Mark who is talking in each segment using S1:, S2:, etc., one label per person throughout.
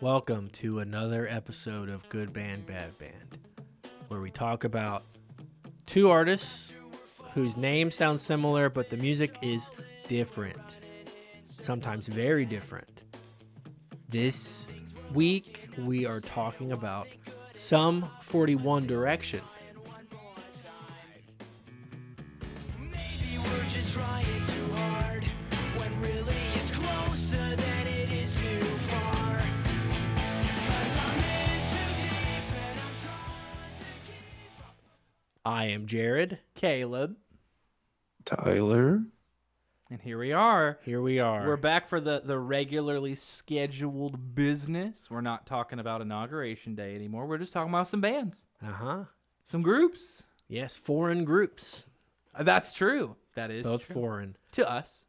S1: Welcome to another episode of Good Band, Bad Band, where we talk about two artists whose names sound similar, but the music is different, sometimes very different. This week, we are talking about some 41 Direction.
S2: Maybe we're just trying too hard when really it's closer than it is too far. Cause I'm in too deep and I'm trying to keep up.
S1: I am Jared.
S3: Caleb,
S4: Tyler.
S3: and here we are.
S1: Here we are.
S3: We're back for the the regularly scheduled business. We're not talking about inauguration day anymore. We're just talking about some bands,
S1: Uh huh.
S3: some groups.
S1: Yes, foreign groups,
S3: Uh, That's true. That is
S1: both
S3: true.
S1: foreign
S3: to us.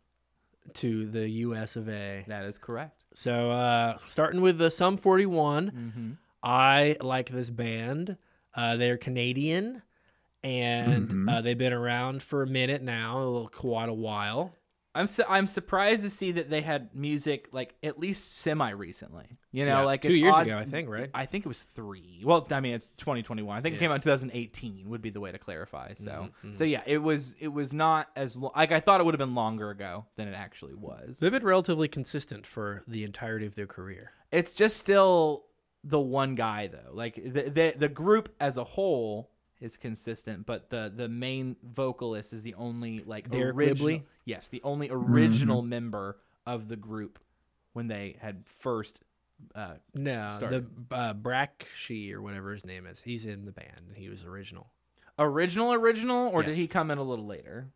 S1: to the US of A.
S3: That is correct.
S1: So uh, starting with the Sum 41,
S3: Mm-hmm.
S1: I like this band. Uh, they're Canadian, and uh, they've been around for a minute now, a little quite a while.
S3: I'm su- I'm surprised to see that they had music like at least semi recently. You know,
S1: Yeah,
S3: like
S1: two
S3: it's
S1: years
S3: odd-
S1: ago, I think, right?
S3: I think it was three. Well, I mean, it's 2021. I think it came out in 2018 would be the way to clarify. So,
S1: Mm-hmm,
S3: so yeah, it was it was not as long. Like I thought it would have been longer ago than it actually was.
S1: They've been relatively consistent for the entirety of their career.
S3: It's just still the one guy though. Like the the, the group as a whole is consistent, but the the main vocalist is the only like
S1: Derek
S3: original.
S1: Whibley? Mm-hmm.
S3: Yes, the only original member of the group when they had first. Uh,
S1: No,
S3: Started.
S1: the uh, Brackshi or whatever his name is, he's in the band. and He was original.
S3: original original or did
S1: Yes.
S3: he come in a little later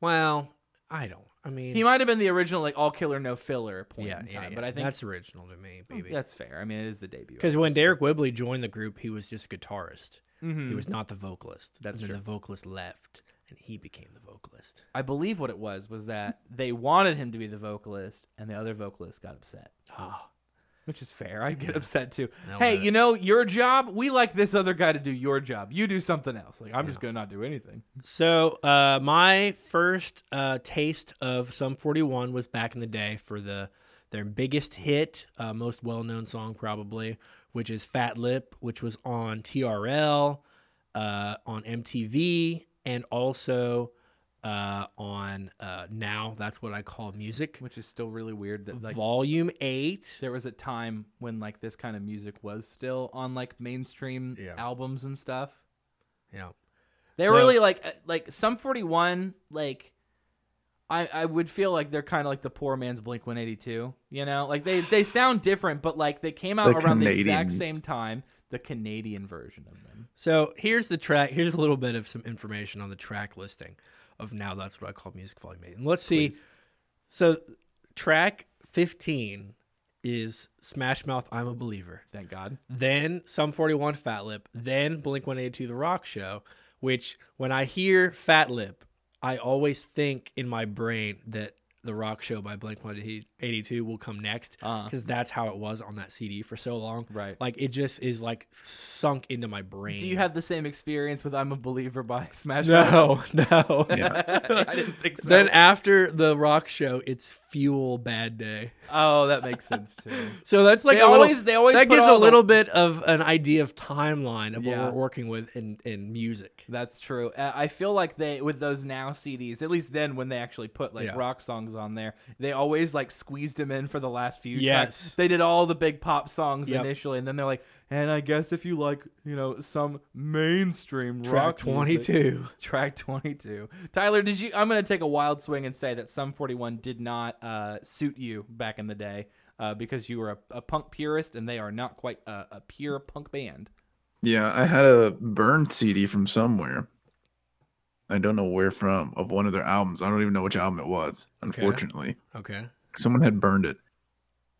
S1: Well, I don't. I mean,
S3: He might have been the original, like all killer, no filler point
S1: yeah,
S3: in
S1: yeah,
S3: time,
S1: yeah,
S3: but I think
S1: that's original to me, baby.
S3: that's fair. I mean, it is the debut.
S1: Because when Derek Whibley joined the group, he was just a guitarist.
S3: Mhm.
S1: He was not the vocalist.
S3: That's
S1: and then
S3: true.
S1: The vocalist left, and he became the vocalist.
S3: I believe what it was was that they wanted him to be the vocalist, and the other vocalist got upset,
S1: Ah,
S3: which is fair. I'd get upset too.
S1: That'll
S3: hey,
S1: do
S3: you know your job. We like this other guy to do your job. You do something else. Like I'm just gonna not do anything.
S1: So uh, my first uh, taste of Sum 41 was back in the day for the their biggest hit, uh, most well-known song probably, which is Fat Lip, which was on TRL, uh, on MTV, and also uh, on uh, Now. That's what I call music.
S3: Which is still really weird that like
S1: Volume eight.
S3: there was a time when like this kind of music was still on like mainstream
S1: Yeah.
S3: albums and stuff.
S1: Yeah.
S3: They're
S1: So-
S3: really like uh, like some 41 like I I would feel like they're kind of like the poor man's Blink 182, you know? Like they they sound different but like they came out
S4: The
S3: around the exact
S4: Canadians.
S3: same time, the Canadian version of them.
S1: So here's the track. Here's a little bit of some information on the track listing of now. That's what I call music volume eight. And let's see. So track 15 is Smash Mouth, I'm a Believer.
S3: Thank God.
S1: Then Sum 41, Fat Lip. Then Blink 182, The Rock Show. Which when I hear Fat Lip, I always think in my brain that The Rock Show by Blink 182 will come next
S3: Uh.
S1: because that's how it was on that CD for so long.
S3: Right.
S1: Like it just is like sunk into my brain.
S3: Do you have the same experience with I'm a Believer by Smash Mouth?
S1: No, no.
S3: I didn't think so.
S1: Then after the rock show, it's fuel bad day.
S3: oh, that makes sense too.
S1: So that's like
S3: They
S1: a little-
S3: always- they always
S1: that
S3: put
S1: gives
S3: all
S1: a
S3: the-
S1: little bit of an idea of timeline of
S3: Yeah.
S1: what we're working with in in music.
S3: That's true. Uh, I feel like they with those now CDs, at least then when they actually put like
S1: Yeah.
S3: rock songs on there, they always like squeezed them in for the last few
S1: Yes.
S3: tracks. They did all the big pop songs
S1: Yep.
S3: initially, and then they're like, and I guess if you like, you know, some mainstream
S1: Track
S3: rock
S1: twenty
S3: music-
S1: two.
S3: track twenty two. Tyler, did you? I'm gonna take a wild swing and say that some forty one did not uh, suit you back in the day. Uh, because you were a, a punk purist, and they are not quite a, a pure punk band.
S4: Yeah, I had a burned CD from somewhere. I don't know where from of one of their albums. I don't even know which album it was, unfortunately.
S1: Okay.
S4: Someone had burned it.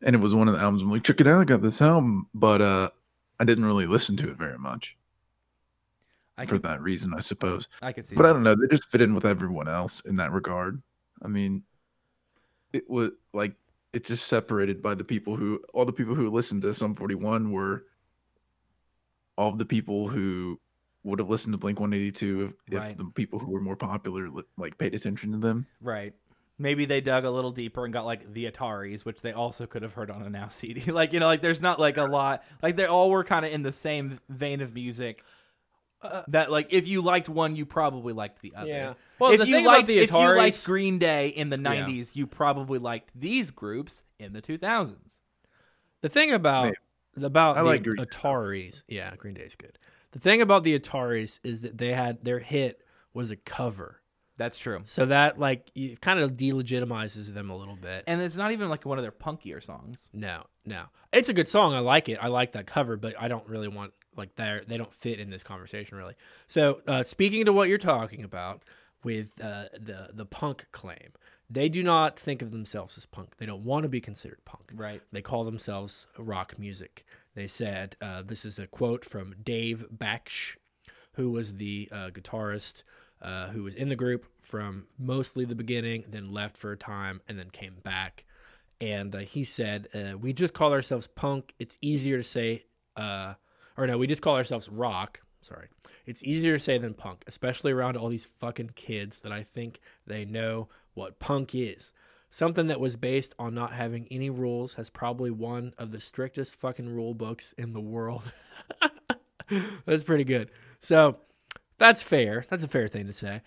S4: And it was one of the albums. I'm like, check it out, I got this album. But uh I didn't really listen to it very much.
S3: I
S4: for
S3: can,
S4: that reason, I suppose.
S3: I can see.
S4: But
S3: that.
S4: I don't know. They just fit in with everyone else in that regard. I mean, it was like it's just separated by the people who all the people who listened to Sum 41 were all of the people who would have listened to Blink 182 if,
S3: Right.
S4: if the people who were more popular li- like paid attention to them.
S3: Right. maybe they dug a little deeper and got like the Ataris, which they also could have heard on a now CD. like you know, like there's not like a lot. Like they all were kind of in the same vein of music. that like if you liked one, you probably liked the other.
S1: Yeah.
S3: Well,
S1: Well,
S3: if
S1: the
S3: you
S1: thing about
S3: liked
S1: the
S3: if you liked
S1: Ataris-
S3: Green Day in the '90s, you probably liked these groups in the 2000s.
S1: The thing about about
S4: I
S1: the
S4: like Green Day.
S1: Ataris, yeah, Green Day's good. The thing about the Ataris is that they had their hit was a cover,
S3: That's true.
S1: so that like it kind of delegitimizes them a little bit.
S3: And it's not even like one of their punkier songs.
S1: no, no, it's a good song. I like it. I like that cover, but I don't really want like they they don't fit in this conversation really. So uh, speaking to what you're talking about with uh, the the punk claim, they do not think of themselves as punk. They don't want to be considered punk.
S3: Right.
S1: They call themselves rock music. They said, uh, this is a quote from Dave Baksh, who was the uh, guitarist uh, who was in the group from mostly the beginning, then left for a time, and then came back. And uh, he said, uh, we just call ourselves punk. It's easier to say, uh, or no, we just call ourselves rock. Sorry. It's easier to say than punk, especially around all these fucking kids that I think they know what punk is. Something that was based on not having any rules has probably one of the strictest fucking rule books in the world. that's pretty good. So that's fair. That's a fair thing to say.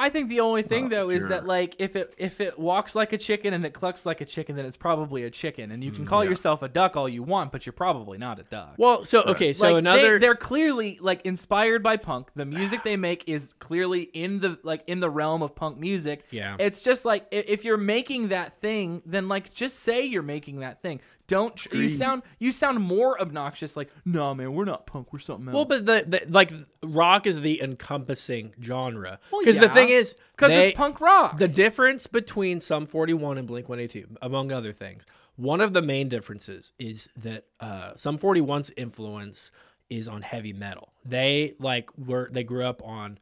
S3: I think the only thing though is that
S4: sure.
S3: like if it if it walks like a chicken and it clucks like a chicken, then it's probably a chicken. And you
S1: Mm,
S3: can call yourself a duck all you want, but you're probably not a duck.
S1: Well, so okay, so
S3: like,
S1: another
S3: they, they're clearly like inspired by punk. The music they make is clearly in the like in the realm of punk music.
S1: Yeah.
S3: it's just like i- if you're making that thing, then like just say you're making that thing. Don't tr- you sound you sound more obnoxious? Like no, man, we're not punk. We're something else.
S1: well, but the, the like rock is the encompassing genre
S3: Well,
S1: because
S3: yeah,
S1: the thing is
S3: because
S1: they-
S3: it's punk rock.
S1: The difference between Sum 41 and Blink 182, among other things, one of the main differences is that uh, Sum 41's influence is on heavy metal. They like were they grew up on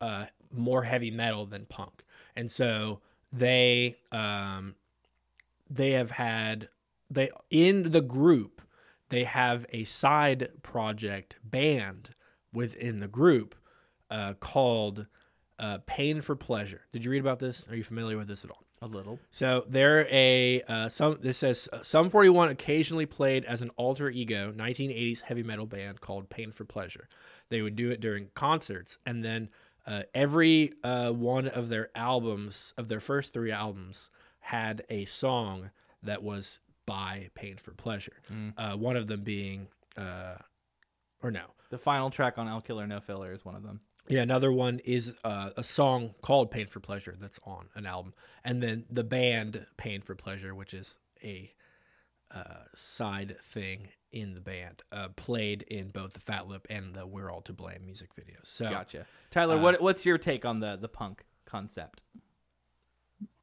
S1: uh, more heavy metal than punk, and so they um, they have had they in the group they have a side project band within the group uh, called uh, Pain for Pleasure. Did you read about this? Are you familiar with this at all?
S3: a little.
S1: So they're a uh, some. This says uh, some forty one occasionally played as an alter ego, nineteen eighties heavy metal band called Pain for Pleasure. They would do it during concerts, and then uh, every uh, one of their albums, of their first three albums, had a song that was by Pain for Pleasure. Uh, one of them being, uh, or no,
S3: The final track on I'll Kill or No Filler is one of them.
S1: yeah, another one is uh, a song called "Pain for Pleasure" that's on an album, and then the band "Pain for Pleasure," which is a uh, side thing in the band, uh, played in both the Fat Lip and the "We're All to Blame" music videos. So,
S3: Gotcha, Tyler.
S1: Uh,
S3: what what's your take on the the punk concept?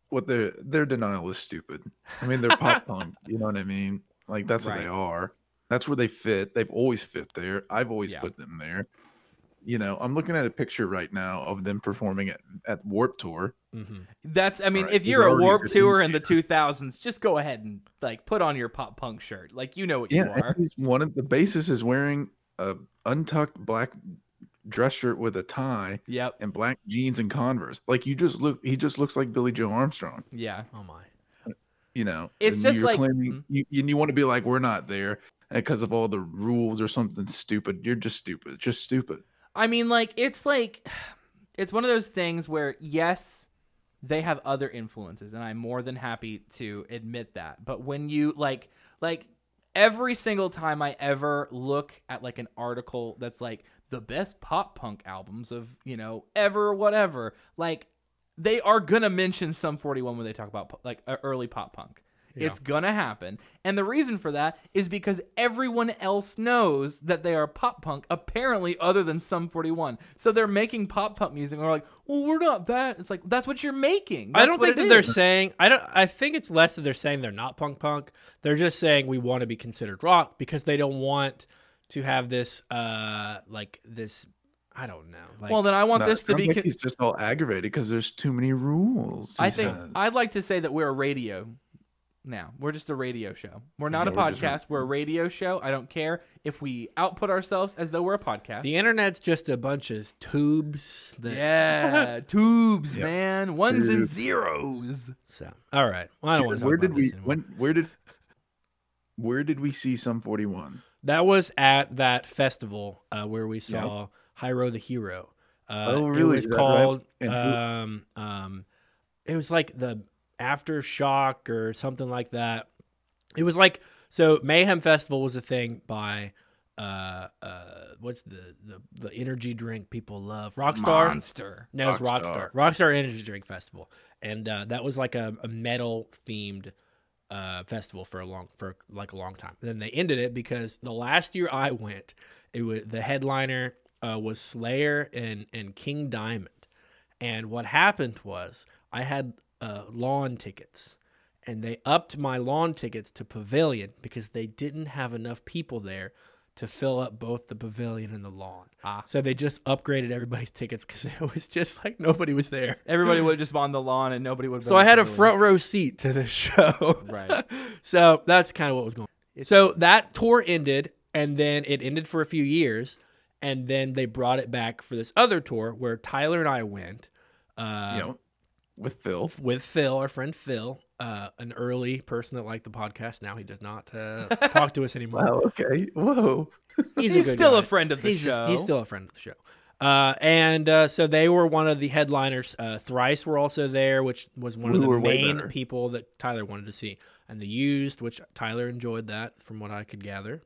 S4: What their their denial is stupid. I mean, they're pop punk. You know what I mean? Like that's what they
S3: Right.
S4: are. That's where they fit. They've always fit there. I've always
S3: Yeah.
S4: put them there. You know, I'm looking at a picture right now of them performing at, at Warp Tour.
S1: mhm.
S3: That's I mean,
S4: Alright,
S3: if
S4: we've
S3: you're a
S4: already
S3: warp
S4: written-
S3: tour in the 2000s, just go ahead and like put on your pop punk shirt. Like you know what
S4: Yeah,
S3: you are.
S4: and he's one of the bassist is wearing a untucked black dress shirt with a tie
S3: Yep.
S4: and black jeans and Converse. Like you just look, he just looks like Billy Joe Armstrong.
S3: Yeah.
S1: oh my,
S4: You know,
S3: It's
S4: and
S3: just
S4: you're
S3: like-
S4: claiming,
S3: Mhm.
S4: you, and you want to be like, we're not there because of all the rules or something stupid. You're just stupid, just stupid.
S3: I mean, like it's like it's one of those things where yes, they have other influences, and I'm more than happy to admit that. But when you like like every single time I ever look at like an article that's like the best pop punk albums of you know ever whatever, like they are gonna mention some 41 when they talk about like uh, early pop punk.
S1: Yeah.
S3: It's gonna happen. And the reason for that is because everyone else knows that they are pop punk, apparently, other than Sum 41. So they're making pop punk music. And we're like, well, we're not that. It's like, that's what you're making.
S1: I
S3: That's
S1: don't
S3: what
S1: think
S3: it
S1: that they're
S3: is.
S1: saying. I don't. I think it's less that they're saying they're not punk punk. They're just saying we want to be considered rock because they don't want to have this uh like this. I don't know. Like,
S3: Well, then I want
S4: No,
S3: this
S4: it
S3: to
S4: sounds
S3: be.
S4: like
S3: con-
S4: he's just all aggravated because there's too many rules.
S3: I
S4: he
S3: think
S4: says.
S3: I'd like to say that we're a radio now. We're just a radio show. We're not a
S4: we're
S3: podcast.
S4: just
S3: We're,
S4: a-
S3: a radio show. I don't care if we output ourselves as though we're a podcast.
S1: The internet's just a bunch of tubes that
S3: yeah, tubes,
S4: Yep.
S3: man. Ones and
S4: Tubes.
S3: zeros.
S1: so all right. Well, I don't want to talk
S4: where
S1: about
S4: did we
S1: this anymore.
S4: when where did where did we see some 41
S1: That was at that festival uh, where we saw Hyro the Hero. Uh,
S4: Oh, really?
S1: It was
S4: Is that right?
S1: called.
S4: And who-
S1: Um, um, it was like the aftershock or something like that. It was like so Mayhem Festival was a thing by uh uh what's the the, the energy drink people love Rockstar.
S3: Monster.
S1: No, it's Rockstar.
S4: Rockstar.
S1: Rockstar Energy Drink Festival, and uh, that was like a, a metal themed uh, festival for a long for like a long time. then they ended it because the last year I went, it was the headliner uh, was Slayer and and King Diamond, and what happened was I had uh, lawn tickets, and they upped my lawn tickets to pavilion because they didn't have enough people there to fill up both the pavilion and the lawn.
S3: Ah.
S1: So they just upgraded everybody's tickets because it was just like nobody was there.
S3: Everybody would just on the lawn and nobody would.
S1: So I had a front row seat to this show.
S3: Right.
S1: so that's kind of what was going on. So that tour ended, and then it ended for a few years, and then they brought it back for this other tour where Tyler and I went. Uh,
S4: you know with phil
S1: with Phil, our friend Phil, uh, an early person that liked the podcast. Now he does not uh, talk to us anymore.
S4: okay whoa
S1: he's,
S3: He's
S1: good
S3: still
S1: guy.
S3: a friend of the
S1: he's,
S3: show.
S1: He's still a friend of the show. Uh, and uh, so they were one of the headliners. Uh, Thrice were also there, which was one
S4: We
S1: of the
S4: were way
S1: main
S4: better.
S1: people that Tyler wanted to see. And the Used, which Tyler enjoyed that, from what I could gather.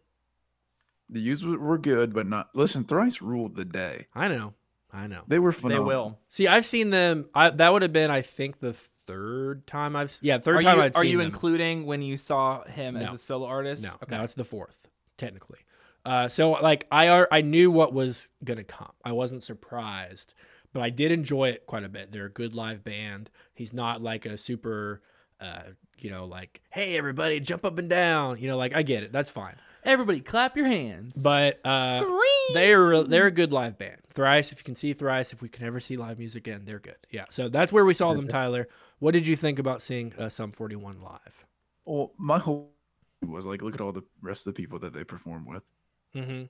S4: the users were good but not listen thrice ruled the day
S1: I know, I know.
S4: they were
S3: They
S4: phenomenal
S3: will.
S1: See, I've seen them. I, that would have been, I think, the third time I've yeah third
S3: are
S1: time
S3: you,
S1: I've
S3: are
S1: seen
S3: you
S1: them.
S3: including when you saw him as
S1: No.
S3: a solo artist?
S1: No,
S3: Okay.
S1: no, it's the fourth technically. Uh, so like I are, I knew what was gonna come. I wasn't surprised, but I did enjoy it quite a bit. They're a good live band. He's not like a super, uh, you know, like hey everybody jump up and down. You know, like I get it. That's fine.
S3: Everybody, clap your hands.
S1: But uh,
S3: Scream.
S1: they're they're a good live band. Thrice, if you can see Thrice, if we can ever see live music again, they're good. Yeah. So that's where we saw them, Tyler. What did you think about seeing uh, Sum 41 live?
S4: well my whole was like look at all the rest of the people that they perform with
S1: Mm-hmm.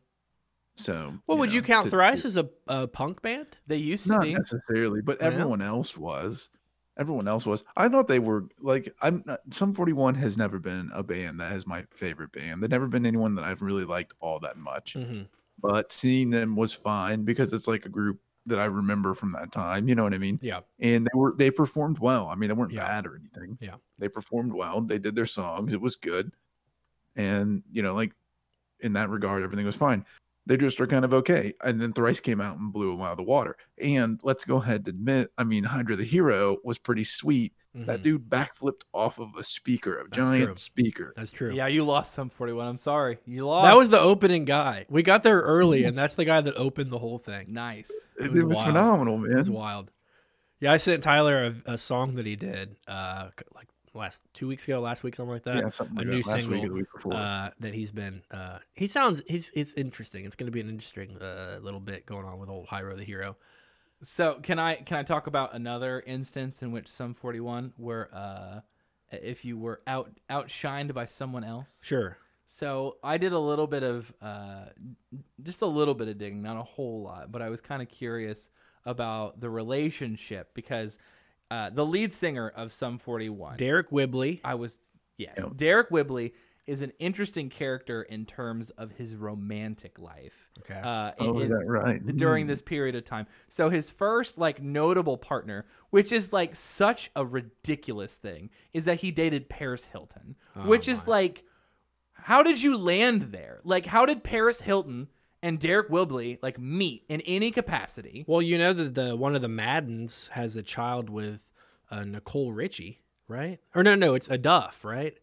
S4: so
S1: Well, would
S4: know,
S1: you count
S4: to-
S1: Thrice as a, a punk band?
S3: They used to
S4: not
S3: be.
S4: necessarily but
S1: Yeah.
S4: everyone else was everyone else was i thought they were like i'm not, some 41 has never been a band that is my favorite band they've never been anyone that i've really liked all that much
S1: Mm-hmm.
S4: but seeing them was fine because it's like a group that i remember from that time you know what i mean
S1: Yeah.
S4: and they were they performed well i mean they weren't
S1: Yeah.
S4: bad or anything
S1: Yeah.
S4: they performed well they did their songs it was good and you know like in that regard everything was fine they just are kind of okay and then thrice came out and blew them out of the water and let's go ahead and admit i mean hydra the hero was pretty sweet that
S1: Mhm.
S4: dude backflipped off of a speaker a
S1: That's
S4: giant
S1: true.
S4: speaker
S1: That's true.
S3: Yeah, you lost some 41. I'm sorry. You lost.
S1: That was the opening guy. We got there early, and that's the guy that opened the whole thing.
S3: nice.
S1: It
S4: it,
S1: was
S4: it was
S1: wild.
S4: phenomenal man
S1: It was wild. Yeah, I sent Tyler a, a song that he did, uh, c- like last two weeks ago, last week, something like that.
S4: yeah, something
S1: a
S4: like
S1: new
S4: that, last week
S1: single,
S4: or the week before
S1: Uh, that he's been. Uh, he sounds. He's. It's interesting. It's going to be an interesting uh, little bit going on with old Hyro the hero.
S3: So can I can I talk about another instance in which some 41 were uh if you were out outshined by someone else?
S1: Sure.
S3: So I did a little bit of, uh, just a little bit of digging, not a whole lot, but I was kind of curious about the relationship because uh, the lead singer of Sum 41,
S1: Derek Wibley.
S3: I was, yes,
S4: Yeah.
S3: Derek Wibley is an interesting character in terms of his romantic life.
S1: Okay.
S3: Uh,
S4: oh
S3: in-
S4: is that right
S3: during
S4: Hmm.
S3: this period of time. So his first like notable partner, which is like such a ridiculous thing, is that he dated Paris Hilton,
S1: Oh,
S3: which is
S1: my.
S3: like how did you land there? Like how did Paris Hilton and Derek Wibley like meet in any capacity?
S1: well, you know that the one of the Maddens has a child with uh, Nicole Richie, right? Or no, no, it's a Duff, right?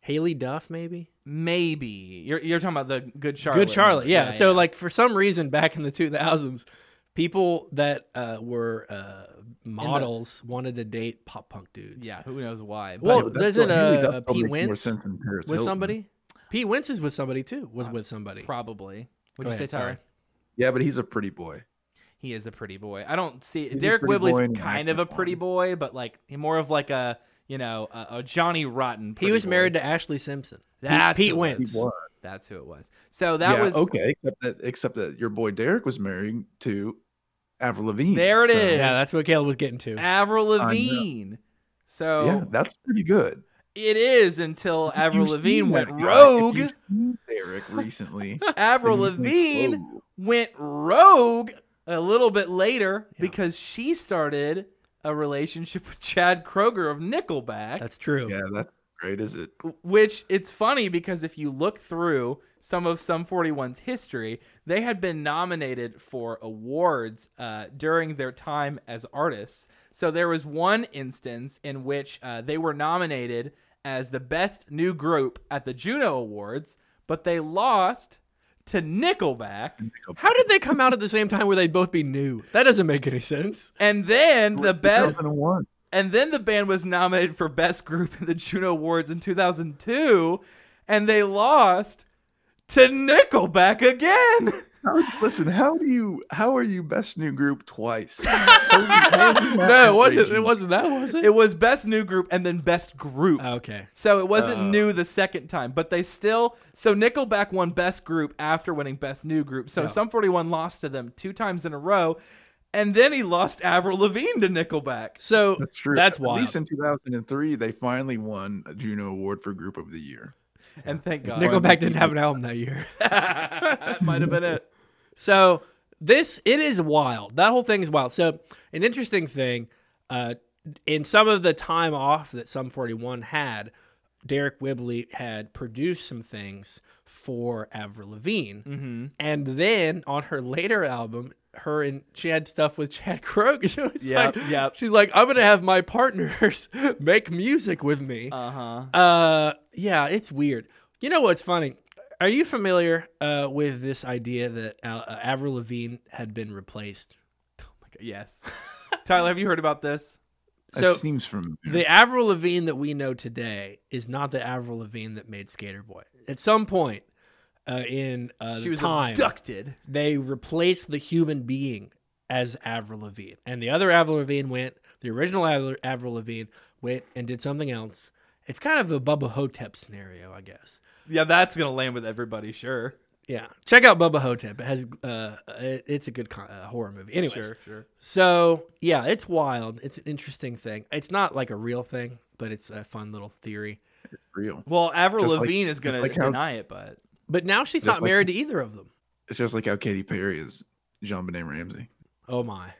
S1: Haley Duff, maybe.
S3: Maybe. You're you're talking about the Good Charlotte.
S1: Good Charlotte,
S3: number.
S1: yeah. so like for some reason back in the 2000s, people that uh, were uh, models wanted to date pop punk dudes.
S3: yeah, who knows why. But
S1: Well,
S4: that's
S1: doesn't
S4: what Haley
S1: uh,
S4: Duff
S1: uh,
S4: probably
S1: Pete
S4: makes more
S1: Wentz
S4: sense than Paris
S1: with
S4: Hilton.
S1: somebody? Pete Wentz is with somebody too. Was with somebody.
S3: probably. Would
S1: Go
S3: you
S1: ahead,
S3: say Tyler?
S1: sorry.
S4: Yeah, but he's a pretty boy.
S3: He is a pretty boy. I don't see
S4: He's a
S3: Derek
S4: pretty boy
S3: Wibley's
S4: and he
S3: kind
S4: acts
S3: of a
S4: like
S3: pretty
S4: one.
S3: boy, but like he more of like a you know, uh, uh, Johnny Rotten.
S1: He
S3: pretty
S1: was
S3: boy.
S1: married to Ashley Simpson.
S3: That's
S1: Pete
S3: who it was.
S1: Wentz.
S4: What?
S3: That's who it was. So that
S4: yeah,
S3: was
S4: okay. Except that, except that your boy Derek was married to Avril Lavigne.
S3: There it
S4: it is.
S3: is.
S1: Yeah, that's what Caleb was getting to.
S3: Avril Lavigne. So
S4: Yeah, that's pretty good.
S3: it is until Avril
S4: You've
S3: Lavigne
S4: seen
S3: went
S4: that guy. If
S3: rogue.
S4: you've seen Derek recently.
S3: Avril
S4: then you think,
S3: Lavigne
S4: "Whoa."
S3: went rogue a little bit later because she started a relationship with Chad Kroger of Nickelback.
S1: That's true.
S4: Yeah, that's great, is it?
S3: which it's funny because if you look through some of some 41's history they had been nominated for awards uh, during their time as artists so there was one instance in which uh, they were nominated as the best new group at the juno awards but they lost to nickelback
S1: How did they come out at the same time where they'd both be new? That doesn't make any sense.
S3: and then the best
S4: 2001.
S3: And then the band was nominated for Best Group in the Juno Awards in 2002, and they lost to Nickelback again.
S4: How- Listen, how do you? How are you best new group twice? How do you- how do you not
S1: No, it wasn't.
S4: outrage
S1: It
S4: you?
S1: wasn't that, was it? Ah,
S3: It was Best New Group and then Best Group.
S1: Okay.
S3: So it wasn't
S4: Oh.
S3: new the second time, but they still. So Nickelback won Best Group after winning Best New Group. So Sum 41 lost to them two times in a row, and then he lost Avril Lavigne to Nickelback.
S1: So
S4: That's true.
S1: That's
S4: At
S1: wild.
S4: least in 2003, they finally won a Juno Award for Group of the Year.
S3: And thank God.
S1: Nickelback didn't have an album that year.
S3: that might have been it.
S1: So this it is wild. That whole thing is wild. So an interesting thing, uh, in some of the time off that Sum 41 had, Derek Whibley had produced some things for Avril Lavigne,
S3: Mm-hmm.
S1: and then on her later album, her and she had stuff with Chad Kroger. So it's
S3: Yep,
S1: like,
S3: yep.
S1: She's like, I'm gonna have my partners make music with me.
S3: Uh huh.
S1: Uh, yeah, it's weird. You know what's funny? Are you familiar uh, with this idea that uh, uh, Avril Lavigne had been replaced?
S3: Yes. Tyler, have you heard about this?
S4: That
S1: So
S4: seems from
S1: the Avril Lavigne that we know today is not the Avril Lavigne that made Skater Boy. At some point uh, in uh,
S3: she was
S1: time,
S3: abducted.
S1: they replaced the human being as Avril Lavigne, and the other Avril Lavigne went. The original Avril, Avril Lavigne went and did something else. It's kind of the Bubba Hotep scenario, I guess.
S3: Yeah, that's gonna land with everybody, sure.
S1: Yeah, check out Bubba Hotep. It has uh, it, it's a good con- uh, horror movie. Anyways,
S3: Sure, sure.
S1: so yeah, it's wild. It's an interesting thing. It's not like a real thing, but it's a fun little theory.
S4: real.
S3: Well, Avril
S4: Just like-
S3: Lavigne is gonna
S4: like how-
S3: deny it, but
S1: But now she's
S4: Just
S1: not
S4: like-
S1: married to either of them.
S4: It's just like how Katy Perry is Jean Benet Ramsey.
S1: Oh my!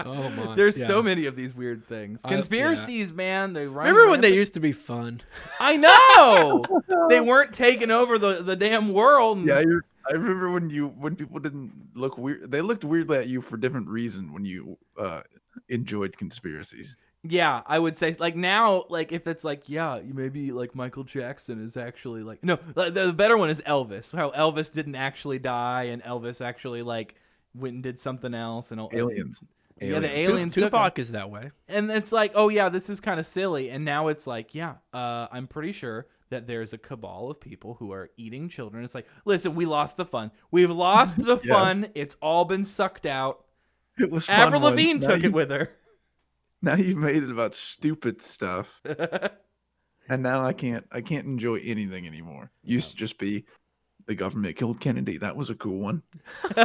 S1: Oh my!
S3: there's
S1: Yeah.
S3: so many of these weird things.
S1: I- yeah.
S3: Conspiracies, man. They run
S1: Remember when they
S3: rampant.
S1: used to be fun?
S3: I know they weren't taking over the, the damn world.
S4: Yeah, you I remember when you when people didn't look weird. They looked weirdly at you for different reason when you uh, enjoyed conspiracies.
S3: Yeah, I would say like now, like if it's like yeah, you maybe like Michael Jackson is actually like no, like, the, the better one is Elvis. How Elvis didn't actually die, and Elvis actually like went and did something else, and
S4: Aliens.
S3: Yeah, the
S1: Tu-
S3: aliens. took
S1: Tupac is that way.
S3: him. and it's like oh yeah, this is kind of silly. And now it's like yeah, uh, I'm pretty sure that there's a cabal of people who are eating children. It's like listen, we lost the fun. We've lost the
S4: Yeah.
S3: fun. It's all been sucked out.
S4: It was fun
S3: Avril
S4: once,
S3: Lavigne
S4: now
S3: took
S4: you-
S3: it with her.
S4: Now you've made it about stupid stuff, and now I can't I can't enjoy anything anymore. Used to just be the government killed Kennedy. That was a cool one.
S3: oh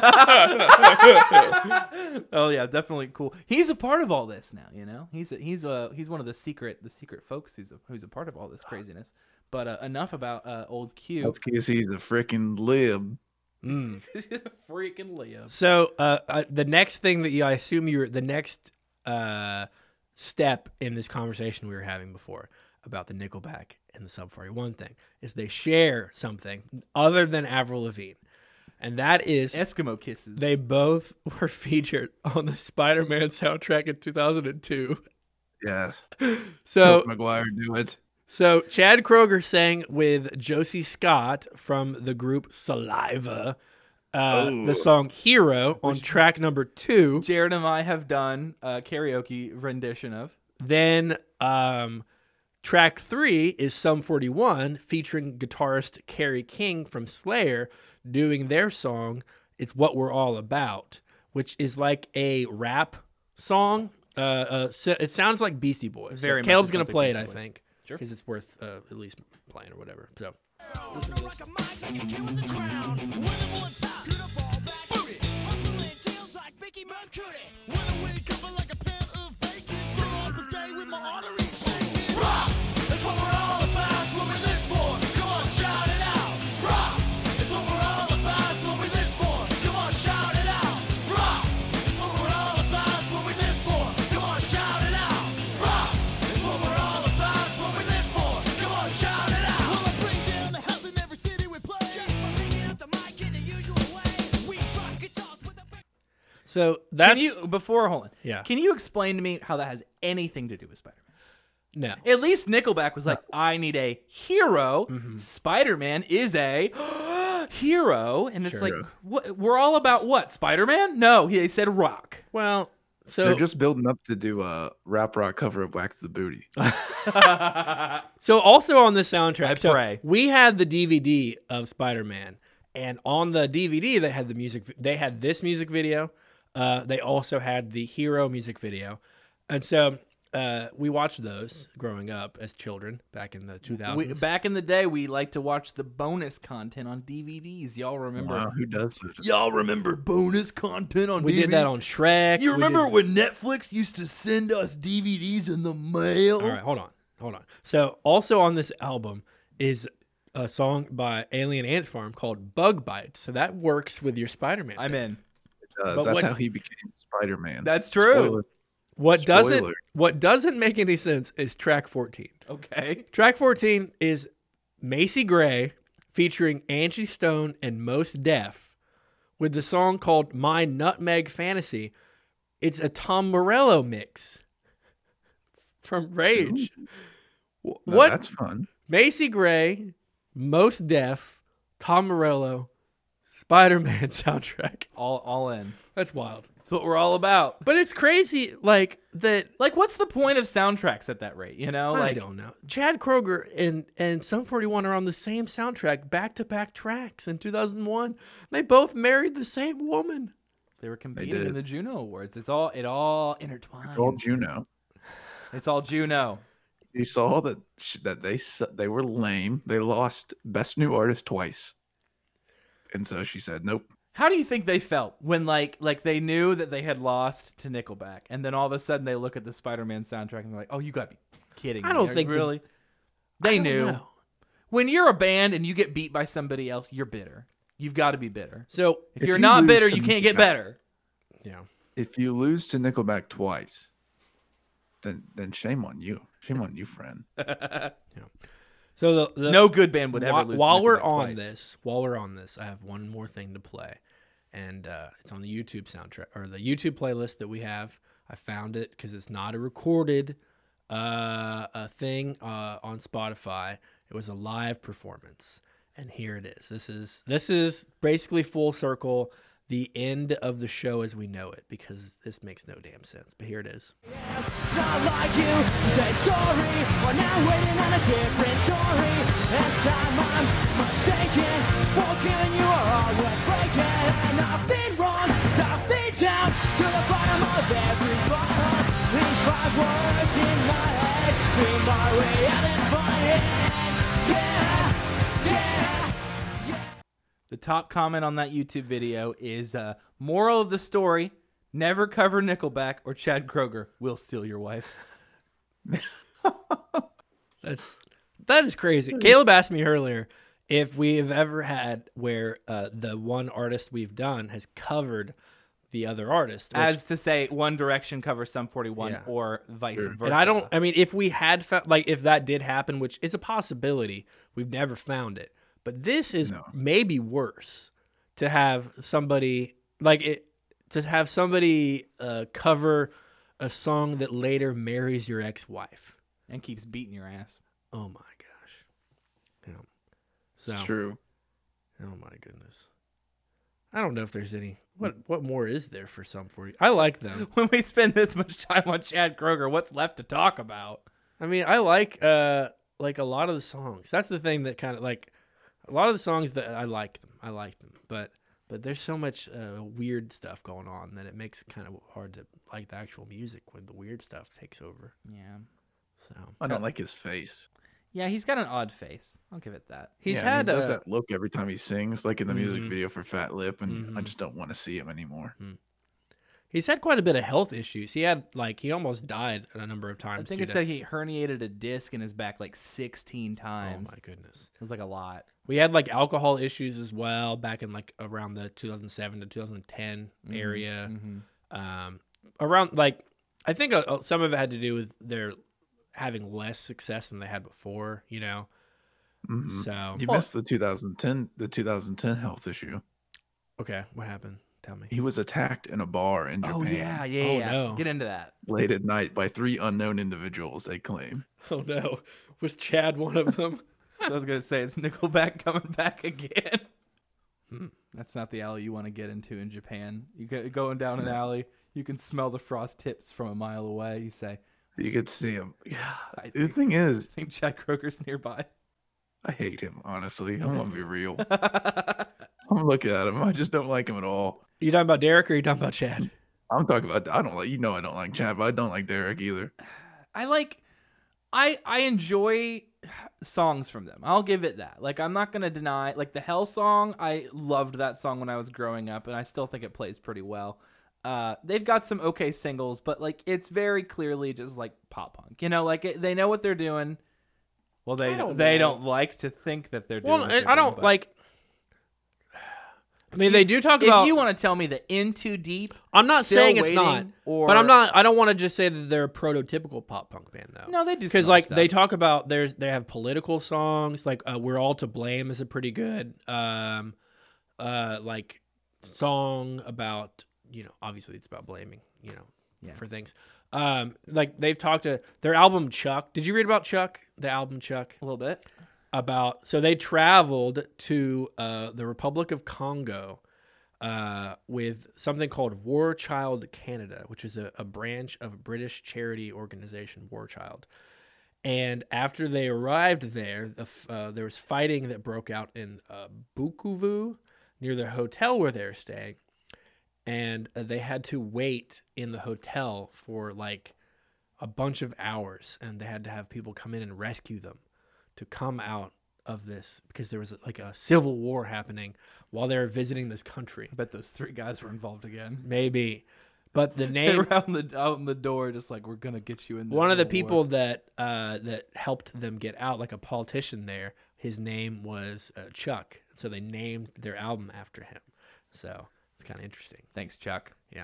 S3: yeah, definitely cool. He's a part of all this now, you know. He's a, he's a, he's one of the secret the secret folks who's a, who's a part of all this craziness. But uh, enough about uh, old Q.
S4: That's because he's a freaking lib.
S3: Hmm.
S1: Mm.
S3: Freaking Leo.
S1: So uh, uh, the next thing that you, I assume you're the next uh, step in this conversation we were having before about the Nickelback and the Sub 41 thing is they share something other than Avril Lavigne, and that is
S3: Eskimo kisses.
S1: they both were featured on the Spider-Man soundtrack in 2002.
S4: Yes.
S1: So
S4: Tobey Maguire do it.
S1: so Chad Kroger sang with Josie Scott from the group Saliva. Uh, the
S4: Oh.
S1: song Hero on track number two.
S3: Jared and I have done a karaoke rendition of.
S1: Then um, track three is Sum 41 featuring guitarist Carrie King from Slayer doing their song, It's What We're All About, which is like a rap song Uh, uh, so it sounds like Beastie Boys. So
S3: Very much
S1: Caleb's
S3: it
S1: gonna
S3: sounds like
S1: play it, I
S3: Beastie Boys.
S1: think,
S3: Sure.
S1: because it's worth uh, at least playing or whatever. So so
S3: Can
S1: that's
S3: you before hold on?
S1: Yeah.
S3: Can you explain to me how that has anything to do with Spider Man?
S1: no.
S3: At least Nickelback was like, I need a hero. Spider Man is a hero, and it's
S1: Sure.
S3: like, what? We're all about what? Spider Man? No, he, they said rock.
S1: Well, so
S4: They're just building up to do a rap rock cover of Wax the Booty.
S1: So also on this soundtrack,
S3: I
S1: so
S3: pray.
S1: we had the DVD of Spider Man, and on the DVD they had the music. They had this music video. Uh, they also had the Hero music video, and so uh, we watched those growing up as children back in the two
S3: We-
S1: thousands.
S3: back in the day, we liked to watch the bonus content on DVDs. Y'all remember?
S4: Wow, who does it?
S3: Y'all remember bonus content on
S1: We did that on Shrek. we did-
S3: when Netflix used to send us DVDs in the mail?
S1: All right, hold on, hold on. So also on this album is a song by Alien Ant Farm called Bug Bites. So that works with your Spider Man.
S3: I'm in.
S4: Does.
S1: But
S4: That's
S1: what-
S4: how he became Spider Man.
S3: That's true.
S1: What doesn't
S4: Spoiler.
S1: what doesn't make any sense is track 14.
S3: Okay.
S1: Track 14 is Macy Gray featuring Angie Stone and Most Def with the song called My Nutmeg Fantasy. It's a Tom Morello mix from Rage. Wh-
S4: what?
S1: what
S4: That's fun.
S1: Macy Gray, Most Def, Tom Morello, Spider-Man soundtrack.
S3: All all in.
S1: That's wild.
S3: That's what we're all about.
S1: But it's crazy like that
S3: Like, what's the point of soundtracks at that rate? You know,
S1: I
S3: like
S1: don't know. Chad Kroger and and Sum 41 are on the same soundtrack, back to back tracks in 2001. They both married the same woman.
S3: they were competing
S4: did.
S3: in the Juno Awards. It's all it all intertwined. It's all,
S4: Told Juno.
S3: Juno.
S4: He saw that sh- that they su- they were lame. They lost Best New Artist twice, and so she said, "Nope."
S3: How do you think they felt when like like they knew that they had lost to Nickelback, and then all of a sudden they look at the Spider-Man soundtrack and they're like, "Oh, you got to be kidding!"
S1: I
S3: me.
S1: don't
S3: Are you
S1: think the-
S3: really.
S1: I
S3: they
S1: don't
S3: knew.
S1: know.
S3: when you're a band and you get beat by somebody else, you're bitter. You've got to be bitter.
S1: So,
S3: If,
S4: If
S3: you're
S4: you
S3: not
S4: lose
S3: bitter,
S4: to
S3: you can't get
S4: Nickelback-
S3: better.
S1: yeah.
S4: If you lose to Nickelback twice, then then shame on you. Shame on you, friend.
S1: So the, the
S3: No good band would ever
S1: while,
S3: lose. to
S1: while we're
S3: Nickelback
S1: on
S3: twice.
S1: this, while we're on this, I have one more thing to play. And uh, it's on the YouTube soundtrack or the YouTube playlist that we have. I found it because it's not a recorded uh, a thing uh, on Spotify. It was a live performance, and here it is. This is this is basically full circle, the end of the show as we know it because this makes no damn sense. But here it is.
S2: It's not like you say sorry. We're now waiting on a different story. This time I'm mistaken. For killing you are all worth breaking. And I've been wrong, so I've been down to the bottom of every bottle. These five words in my head dream my way out and find it. Yeah, yeah.
S3: the top comment on that YouTube video is uh, moral of the story: never cover Nickelback or Chad Kroger will steal your wife.
S1: That's that is crazy. Caleb asked me earlier if we have ever had where uh, the one artist we've done has covered the other artist. which-
S3: As to say, One Direction covers some 41
S1: Yeah.
S3: or vice versa.
S1: and I don't. I mean, if we had found like if that did happen, which is a possibility, we've never found it. But this is maybe worse to have somebody like it to have somebody uh, cover a song that later marries your ex-wife.
S3: and keeps beating your ass.
S1: Oh my gosh. Yeah. So
S4: True.
S1: Oh my goodness. I don't know if there's any.
S4: Hmm.
S1: What what more is there for some for you? I like them.
S3: When we spend this much time on Chad Kroger, what's left to talk about?
S1: I mean, I like uh like a lot of the songs. That's the thing that kind of like a lot of the songs that I like them. I like them, but But there's so much uh, weird stuff going on that it makes it kind of hard to like the actual music when the weird stuff takes over.
S3: Yeah.
S1: So
S4: I don't like his face.
S3: Yeah, he's got an odd face. I'll give it that.
S1: he's
S4: Yeah, I mean,
S1: had uh,
S4: he does
S1: a,
S4: that look every time he sings, like in the music
S3: Mm-hmm.
S1: Mhm.
S4: video for Fat Lip, and I
S1: Mhm.
S4: just don't want to see him anymore.
S1: he's had quite a bit of health issues. He had like he almost died a number of
S3: I
S1: times.
S3: think
S1: due
S3: it
S1: to-
S3: said he herniated a disc in his back like 16
S1: Oh
S3: times.
S1: my goodness.
S3: It was like a lot.
S1: We had like alcohol issues as well back in like around the 2007 to 2010 area.
S3: Mm-hmm.
S1: um, around like I think uh, uh, some of it had to do with their having less success than they had before, you know.
S4: Mhm.
S1: So
S4: You
S3: Well-
S4: missed the 2010 the 2010 health issue.
S1: okay, what happened? Tell me.
S4: He was attacked in a bar in Japan
S3: Oh yeah, yeah,
S1: Oh,
S3: yeah.
S1: no.
S3: Get into that.
S4: late at night by three unknown individuals. They claim.
S1: Oh no, was Chad one of them?
S3: I was gonna say it's Nickelback coming back again.
S1: Hmm.
S3: That's not the alley you want to get into in Japan. You go going down an alley, you can smell the frost tips from a mile away. You say,
S4: You could see him. Yeah.
S3: I
S4: The
S3: think,
S4: thing is,
S3: I think Chad Kroger's nearby.
S4: I hate him. Honestly, I'm gonna be real. I'm looking at him. I just don't like him at all.
S1: you talking about Derek or you talking about Chad?
S4: I'm talking about. I don't like. You know, I don't like Chad, but I don't like Derek either.
S3: I like I I enjoy songs from them. I'll give it that. Like I'm not going to deny like the Hell song, I loved that song when I was growing up and I still think it plays pretty well. Uh they've got some okay singles, but like it's very clearly just like pop punk. You know, like it, they know what they're doing. Well, they
S1: I don't
S3: they
S1: know.
S3: don't like to think that they're doing.
S1: Well,
S3: what
S1: I
S3: they're
S1: I
S3: doing,
S1: don't
S3: but
S1: like. I mean, they do talk
S3: If
S1: about.
S3: you want to tell me that in too deep,
S1: I'm not
S3: Still
S1: saying it's not,
S3: Waiting or-
S1: but I'm not. I don't want to just say that they're a prototypical pop punk band though.
S3: no, they do
S1: because
S3: some
S1: like
S3: stuff.
S1: they talk about there's they have political songs like uh, we're all to blame is a pretty good um uh like song about you know obviously it's about blaming you know
S3: Yeah.
S1: for things um like they've talked to their album chuck did you read about chuck the album chuck
S3: a little bit.
S1: about so they traveled to uh, the Republic of Congo uh, with something called War Child Canada, which is a, a branch of British charity organization War Child. And after they arrived there, the, f- uh, there was fighting that broke out in uh, Bukavu near the hotel where they were staying, and uh, they had to wait in the hotel for like a bunch of hours, and they had to have people come in and rescue them to come out of this because there was like a civil war happening while they were visiting this country.
S3: I bet those three guys were involved again.
S1: Maybe, but the
S3: they
S1: name
S3: were out in the out in the door, just like we're gonna get you in. This
S1: one of the
S3: little
S1: people
S3: war."
S1: that uh, that helped them get out, like a politician there, his name was uh, Chuck, so they named their album after him. So it's kind of interesting
S3: Thanks, Chuck.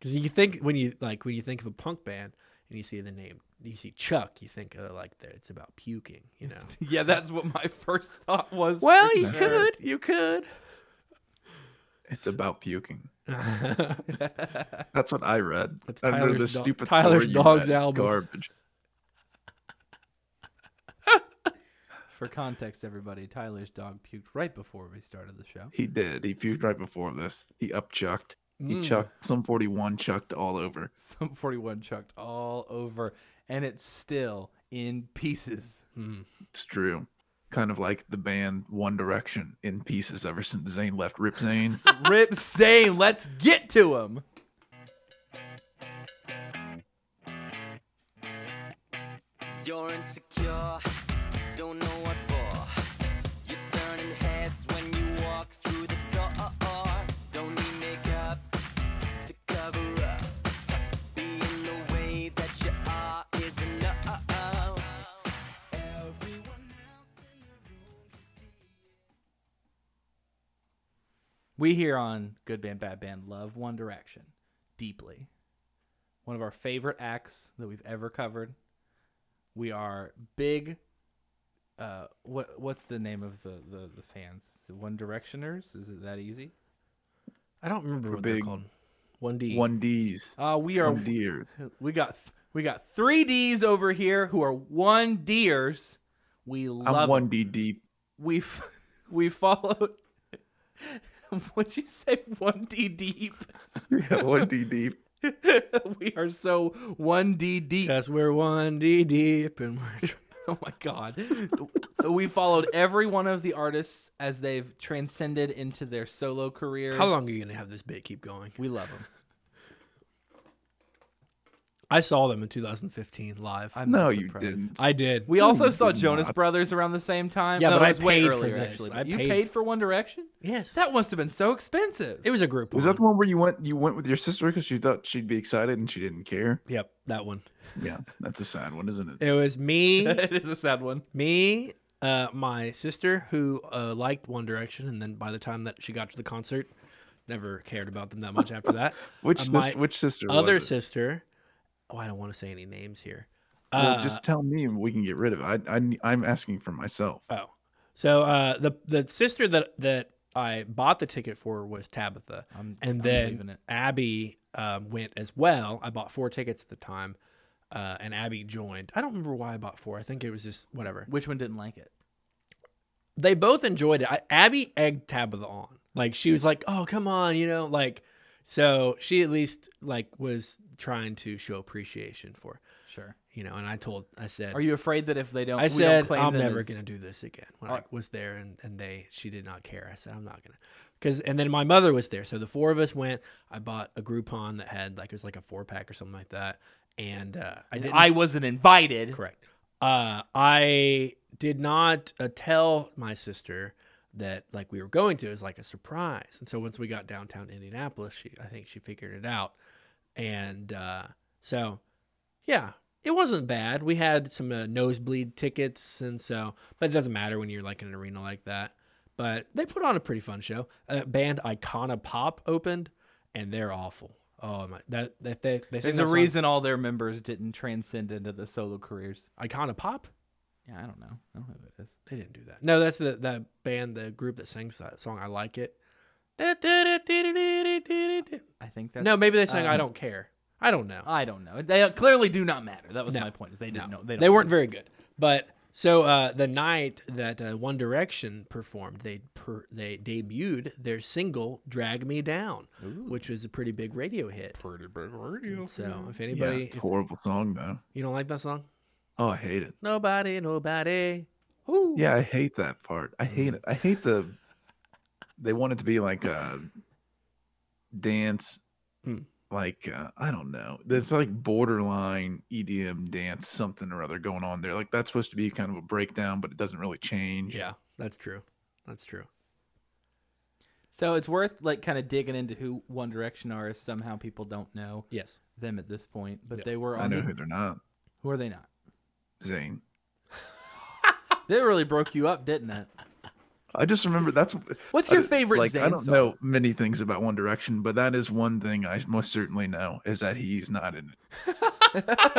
S1: because you think when you like when you think of a punk band and you see the name, you see Chuck, you think uh, like that it's about puking, you know.
S3: Yeah, that's what my first thought was.
S1: well,
S3: for
S1: you
S3: sure.
S1: could, you could.
S4: It's about puking. That's what I read.
S1: It's
S4: I know
S1: Tyler's
S4: this
S1: dog-
S4: stupid
S1: Tyler's
S4: story you
S1: dog's
S4: read is
S1: album.
S4: Garbage.
S3: For context, everybody, Tyler's dog puked right before we started the show.
S4: He did. He puked right before this. He up chucked. He
S1: Mm.
S4: chucked. Some 41 chucked all over.
S3: Some forty-one chucked all over, and it's still in pieces.
S1: Mm.
S4: It's true. Kind of like the band One Direction in pieces ever since Zayn left Rip Zane.
S3: Rip Zane, let's get to him.
S2: You're insecure, don't know what for. You're turning heads when you walk through the door. Don't need makeup to cover up. Being the way that you are is enough. Everyone else in the room can see.
S3: We here on Good Band Bad Band love One Direction deeply. One of our favorite acts that we've ever covered. We are big. Uh, what what's the name of the the, the fans? The One Directioners? Is it that easy?
S1: I don't remember what they're
S4: big.
S1: called. One D.
S4: 1Ds.
S3: Uh, we are
S4: One deer.
S3: we got th- we got three D's over here who are one D'ers. We love
S4: I'm
S3: 'em.
S4: 1D deep.
S3: we f- we followed. What'd you say? One D deep.
S4: Yeah, 1D deep.
S3: we are so 1D deep.
S1: Because we're one D deep and we're.
S3: Oh my god. we followed every one of the artists as they've transcended into their solo careers.
S1: How long are you gonna have this bit keep going?
S3: We love them.
S1: I saw them in 2015 live. i
S3: I'm
S4: No,
S3: not
S4: you
S3: surprised.
S4: didn't.
S1: did.
S3: We also saw
S4: did
S3: Jonas
S4: not.
S3: Brothers around the same time.
S1: Yeah,
S3: No,
S1: but
S3: it
S1: I
S3: was way
S1: paid for
S3: earlier,
S1: this.
S3: Actually,
S1: I
S3: but you
S1: paid
S3: paid
S1: f-
S3: for One Direction.
S1: yes,
S3: That must have been so expensive.
S1: it was a group.
S4: Is
S1: one.
S4: that the one where you went? You went with your sister because you thought she'd be excited and she didn't care.
S1: Yep, that one.
S4: Yeah, that's a sad one, isn't it?
S1: It was me,
S3: it is a sad one.
S1: me, uh, my sister who uh, liked One Direction, and then by the time that she got to the concert, never cared about them that much after that.
S4: Which
S1: Uh,
S4: sis-
S1: my
S4: which sister? was
S1: other
S4: it?
S1: sister? Oh, I don't want to say any names here.
S4: Well,
S1: Uh,
S4: just tell me and we can get rid of it. I, I I'm asking for myself.
S1: Oh, so uh, the the sister that that I bought the ticket for was Tabitha,
S3: I'm-
S1: and
S3: I'm leaving
S1: then
S3: it.
S1: Abby um, went as well. I bought four tickets at the time, uh, and Abby joined. I don't remember why I bought four. I think it was just whatever.
S3: Which one didn't like it?
S1: They both enjoyed it. I, Abby egged Tabitha on. Like she was like, "Oh, come on," you know, like. So she at least like was trying to show appreciation for
S3: Sure.
S1: you know, and I told I said,
S3: Are you afraid that if they don't,
S1: I
S3: we don't
S1: said
S3: claim
S1: I'm
S3: them
S1: never
S3: as- Uh,
S1: gonna do this again. When I
S3: Alright.
S1: was there and, and they she did not care. I said I'm not gonna because and then my mother was there, so the four of us went. I bought a Groupon that had like it was like a four pack or something like that, and uh, I didn't.
S3: I wasn't invited.
S1: correct. Uh, I did not uh, tell my sister that like we were going to. It was like a surprise. And so once we got downtown Indianapolis, she I think she figured it out, and uh, so yeah, it wasn't bad. We had some uh, nosebleed tickets, and so, but it doesn't matter when you're like in an arena like that. But they put on a pretty fun show. Uh, band Icona Pop opened, and they're awful. Oh my! That, that they they sing
S3: There's
S1: that
S3: a
S1: song,
S3: reason all their members didn't transcend into the solo careers.
S1: Icona Pop.
S3: Yeah, I don't know. I don't know who it is.
S1: They didn't do that. No, that's the that band, the group that sings that song. I like it. No,
S3: I think that's
S1: maybe they sang "I
S3: um,
S1: Don't Care." I don't know.
S3: I don't know. They uh, clearly do not matter. That was
S1: No.
S3: my point. is They didn't know. They,
S1: They,
S3: don't
S1: weren't very good. But so uh, the night that uh, One Direction performed, they per, they debuted their single "Drag Me Down," which was a pretty big radio hit. Pretty big radio. So if
S4: Yeah,
S1: anybody,
S4: it's a
S1: if
S4: horrible song though.
S1: you don't like that song,
S4: Oh, I hate it.
S1: nobody, nobody. Ooh.
S4: Yeah, I hate that part. I hate it. I hate the. They want it to be like a dance,
S1: Mm.
S4: like uh, I don't know. It's like borderline EDM dance, something or other going on there. Like that's supposed to be kind of a breakdown, but it doesn't really change.
S1: yeah, that's true. That's true.
S3: So it's worth like kind of digging into who One Direction are if somehow people don't know
S1: Yes.
S3: them at this point. But
S1: Yeah.
S3: they were
S4: I
S3: on.
S4: know
S3: The,
S4: who they're not.
S3: who are they not?
S4: Zane.
S3: That really broke you up, didn't it?
S4: I just remember that's.
S3: What's
S4: I
S3: your
S4: d-
S3: favorite
S4: Like I
S3: Zayn
S4: don't
S3: song?
S4: know many things about One Direction, but that is one thing I most certainly know is that he's not in it.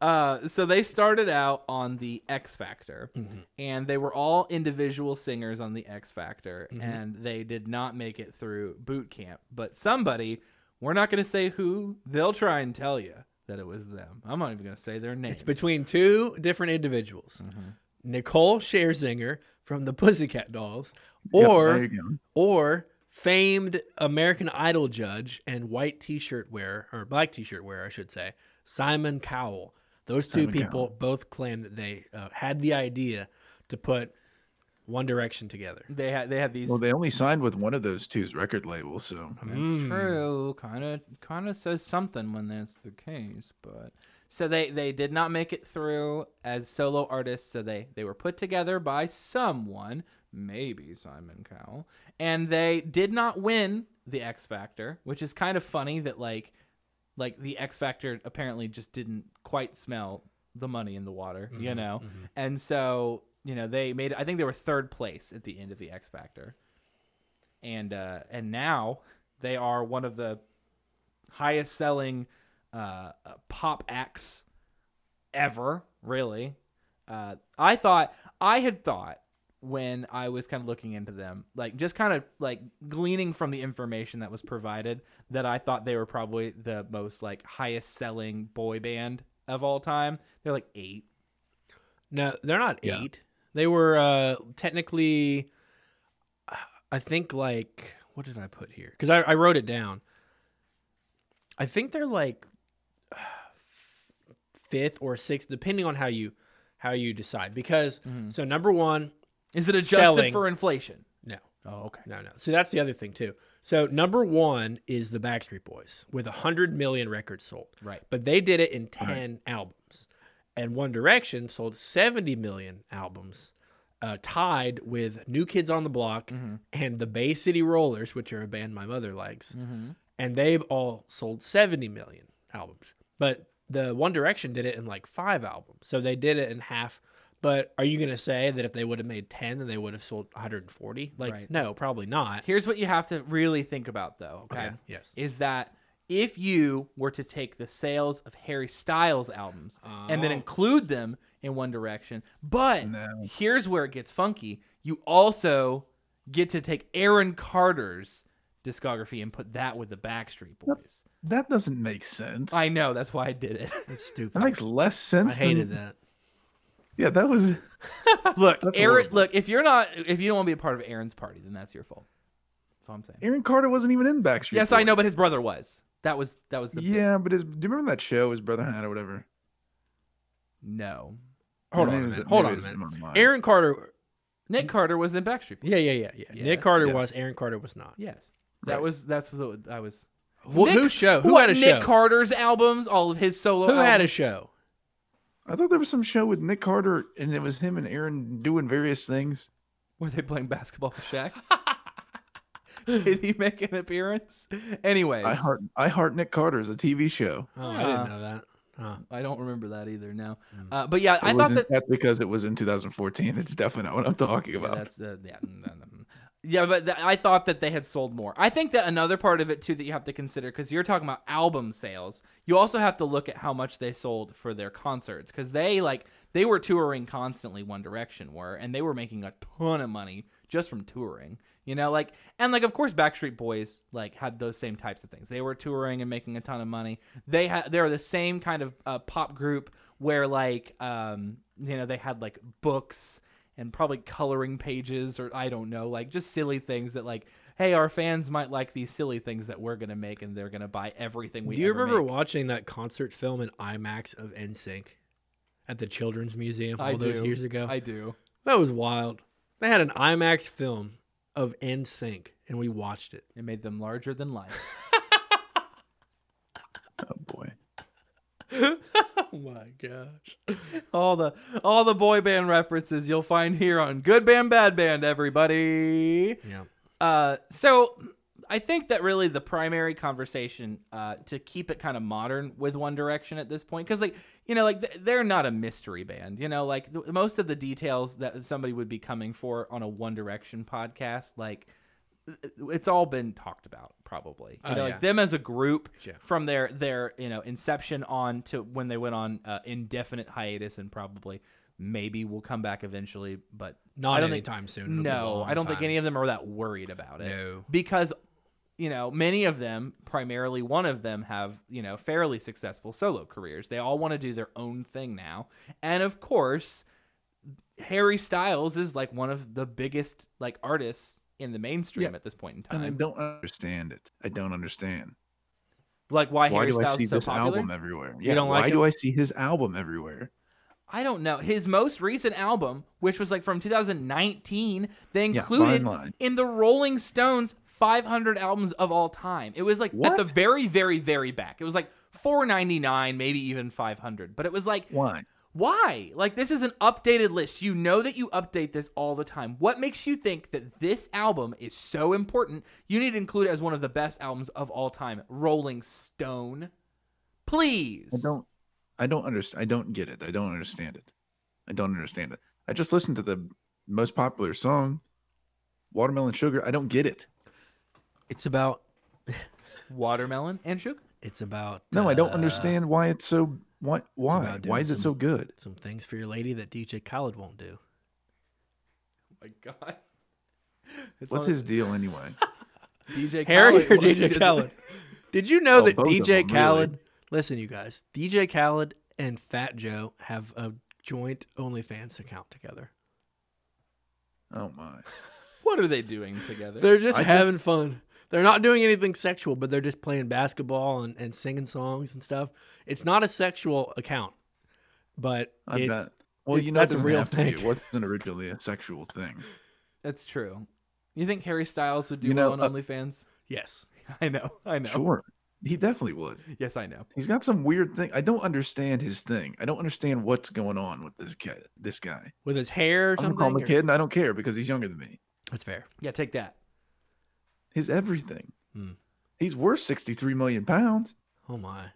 S3: uh, so they started out on the X Factor, and they were all individual singers on the X Factor, and they did not make it through boot camp. But somebody, we're not going to say who, they'll try and tell you that it was them. I'm not even going to say their name.
S1: It's between two different individuals.
S4: Mm-hmm.
S1: Nicole Scherzinger from the Pussycat Dolls
S4: Yep,
S1: or
S4: there you go.
S1: or famed American Idol judge and white t-shirt wearer or black t-shirt wearer I should say, Simon Cowell. Those two
S4: Simon
S1: people
S4: Cowell.
S1: both claim that they uh, had the idea to put One Direction together.
S3: they had they had these.
S4: Well, they only signed with one of those two's record labels, so
S3: That's true. Kind of, kind of says something when that's the case, but so they they did not make it through as solo artists. So they they were put together by someone, maybe Simon Cowell, and they did not win the X Factor, which is kind of funny that like like the X Factor apparently just didn't quite smell the money in the water, you know, and so. You know, they made. I think they were third place at the end of the X Factor and uh, and now they are one of the highest selling uh, uh, pop acts ever. Really, uh, I thought I had thought when I was kind of looking into them, like just kind of like gleaning from the information that was provided, that I thought they were probably the most like highest selling boy band of all time. They're like eight.
S1: No, they're not eight. They were uh, technically, I think like what did I put here? Because I, I wrote it down. I think they're like fifth or sixth, depending on how you how you decide. Because so number one,
S3: Is it adjusted
S1: Selling.
S3: for inflation?
S1: no,
S3: Oh, okay.
S1: no, no. So that's the other thing too. So number one is the Backstreet Boys with hundred million records sold.
S3: Right.
S1: But they did it in ten albums, and One Direction sold seventy million albums, uh, tied with New Kids on the Block
S3: Mm-hmm.
S1: and the Bay City Rollers, which are a band my mother
S3: Mm.
S1: likes,
S3: Mm-hmm.
S1: and they all sold seventy million albums. But the One Direction did it in like five albums, so they did it in half. But are you gonna say that if they would have made ten, then they would have sold 140? Like,
S3: Right.
S1: no, probably not.
S3: Here's what you have to really think about, though. Okay.
S1: Okay, yes.
S3: Is that if you were to take the sales of Harry Styles albums and then
S1: Oh.
S3: include them in One Direction, but
S4: No.
S3: here's where it gets funky. You also get to take Aaron Carter's discography and put that with the Backstreet Boys.
S4: That doesn't make sense.
S3: I know that's why I did it.
S1: That's
S4: that
S1: stupid.
S4: makes less
S1: I
S4: sense.
S1: hated
S4: than-
S1: that.
S4: Yeah, that was.
S3: look,
S4: That's
S3: Aaron.
S4: horrible.
S3: Look, if you're not, if you don't want to be a part of Aaron's party, then that's your fault. That's all I'm saying.
S4: Aaron Carter wasn't even in Backstreet.
S3: Yes, I
S4: Boys.
S3: know, but his brother was. That was that was the big-
S4: Yeah, but his, do you remember that show his brother had or whatever?
S3: no.
S1: Hold
S4: Maybe
S1: on, a
S4: it was-
S1: minute.
S4: maybe
S1: hold
S4: it
S1: on, a
S4: was
S1: minute.
S4: Marmite.
S1: Aaron Carter.
S4: Mm.
S3: Nick Carter was in Backstreet. Boys.
S1: Yeah, yeah, yeah, yeah.
S3: Yeah,
S1: Nick
S3: that's-
S1: Carter
S4: yeah.
S1: was. Aaron Carter was not.
S3: Yes, that
S4: Right.
S3: was that's what I was.
S1: Wh-
S3: Nick-
S1: who show? Who
S3: what,
S1: had a
S3: Nick
S1: show?
S3: Carter's albums, all of his solo.
S1: who had a
S3: albums?
S1: show?
S4: I thought there was some show with Nick Carter and it was him and Aaron doing various things.
S3: Were they playing basketball with Shaq? Did he make an appearance? Anyways,
S4: I heart I heart Nick Carter is a TV show.
S1: Oh, I
S3: Uh,
S1: didn't know that. Huh.
S3: I don't remember that either now. Uh, but yeah, I
S4: Mm. It
S3: thought
S4: wasn't-
S3: that
S4: that's because it was in 2014. It's definitely not what I'm talking
S3: Yeah,
S4: about.
S3: that's the yeah. mm, mm, mm. Yeah, but th- I thought that they had sold more. I think that another part of it too that you have to consider because you're talking about album sales. You also have to look at how much they sold for their concerts because they like they were touring constantly. One Direction were, and they were making a ton of money just from touring. You know, like and like of course Backstreet Boys like had those same types of things. They were touring and making a ton of money. They had they're the same kind of uh, pop group where like um you know they had like books and probably coloring pages or I don't know, like just silly things that like, hey, our fans might like these silly things that we're gonna make and they're gonna buy everything we.
S1: Do you
S3: ever
S1: remember
S3: Make.
S1: watching that concert film in IMAX of NSYNC at the Children's Museum all
S3: I
S1: those
S3: do.
S1: years ago?
S3: I do.
S1: that was wild. They had an IMAX film of NSYNC, and we watched it.
S3: It made them larger than life.
S4: oh boy.
S1: Oh my gosh!
S3: all the all the boy band references you'll find here on Good Band Bad Band, everybody.
S1: Yeah.
S3: Uh, so I think that really the primary conversation uh, to keep it kind of modern with One Direction at this point, because like you know, like th- they're not a mystery band. You know, like th- most of the details that somebody would be coming for on a One Direction podcast, like th- it's all been talked about probably you
S1: Oh,
S3: know
S1: yeah.
S3: like them as a group
S1: Sure.
S3: from their their you know inception on to when they went on uh, indefinite hiatus and probably maybe will come back eventually but
S1: Not
S3: I don't think-
S1: anytime soon. It'll be a
S3: no,
S1: long
S3: I don't think
S1: time.
S3: any of them are that worried about it.
S1: No.
S3: Because, you know, many of them, primarily one of them, have, you know, fairly successful solo careers. They all want to do their own thing now. And of course, Harry Styles is like one of the biggest, like, artists in the mainstream
S4: Yeah.
S3: at this point in
S4: And I
S3: time.
S4: don't understand it. I don't understand.
S3: Like, why,
S4: Why
S3: Harry
S4: do I
S3: Styles
S4: see
S3: is so
S4: this
S3: popular?
S4: album everywhere? Yeah,
S1: don't like
S4: why
S1: him?
S4: do I see his album everywhere?
S3: I don't know. His most recent album, which was like from 2019, they
S4: Yeah,
S3: included
S4: Fine Line.
S3: in the Rolling Stones 500 albums of all time. It was like at
S4: What?
S3: the very, very, very back. It was like 499, maybe even 500. But it was like,
S4: Why?
S3: why? Like, this is an updated list. You know that you update this all the time. What makes you think that this album is so important? You need to include it as one of the best albums of all time, Rolling Stone. Please.
S4: I don't I don't understand I don't get it. I don't understand it. I don't understand it. I just listened to the most popular song, Watermelon Sugar. I don't get it.
S1: It's about.
S3: Watermelon and sugar.
S1: It's about.
S4: No, I don't
S1: uh,
S4: understand why it's so why why?
S1: about doing
S4: Why is it
S1: some-
S4: so good?
S1: Some things for your lady that DJ Khaled won't do.
S3: my god. It's
S4: What's
S3: not
S4: his deal anyway?
S3: DJ
S1: Harry
S3: Khaled
S1: or
S3: one. He
S1: DJ
S3: just-
S1: Khaled? Did you know
S4: Oh,
S1: that
S4: both of
S1: DJ
S4: them, really.
S1: Khaled? Listen, you guys, DJ Khaled and Fat Joe have a joint OnlyFans account together.
S4: Oh my.
S3: What are they doing together?
S1: They're just
S4: I think-
S1: having fun. They're not doing anything sexual, but they're just playing basketball and, and singing songs and stuff. It's not a sexual account. but
S4: I
S1: it-
S4: bet. Well,
S1: it's-
S4: you know,
S1: that's
S4: that's
S1: a
S4: a
S1: real
S4: have to be.
S1: thing.
S4: It wasn't originally a sexual thing.
S3: That's true. You think Harry Styles would do
S4: You know,
S3: well on
S4: uh,
S3: OnlyFans?
S1: yes,
S3: I know. I know.
S4: Sure, he definitely would.
S3: Yes, I know.
S4: He's got some weird thing. I don't understand his thing. I don't understand what's going on with this kid. This guy.
S1: with his hair or
S4: I'm gonna
S1: something.
S4: call him a
S1: or-
S4: kid, and I don't care because he's younger than me.
S1: That's fair.
S3: Yeah, take that.
S4: His everything.
S1: Hmm.
S4: He's worth 63 million pounds.
S1: Oh my.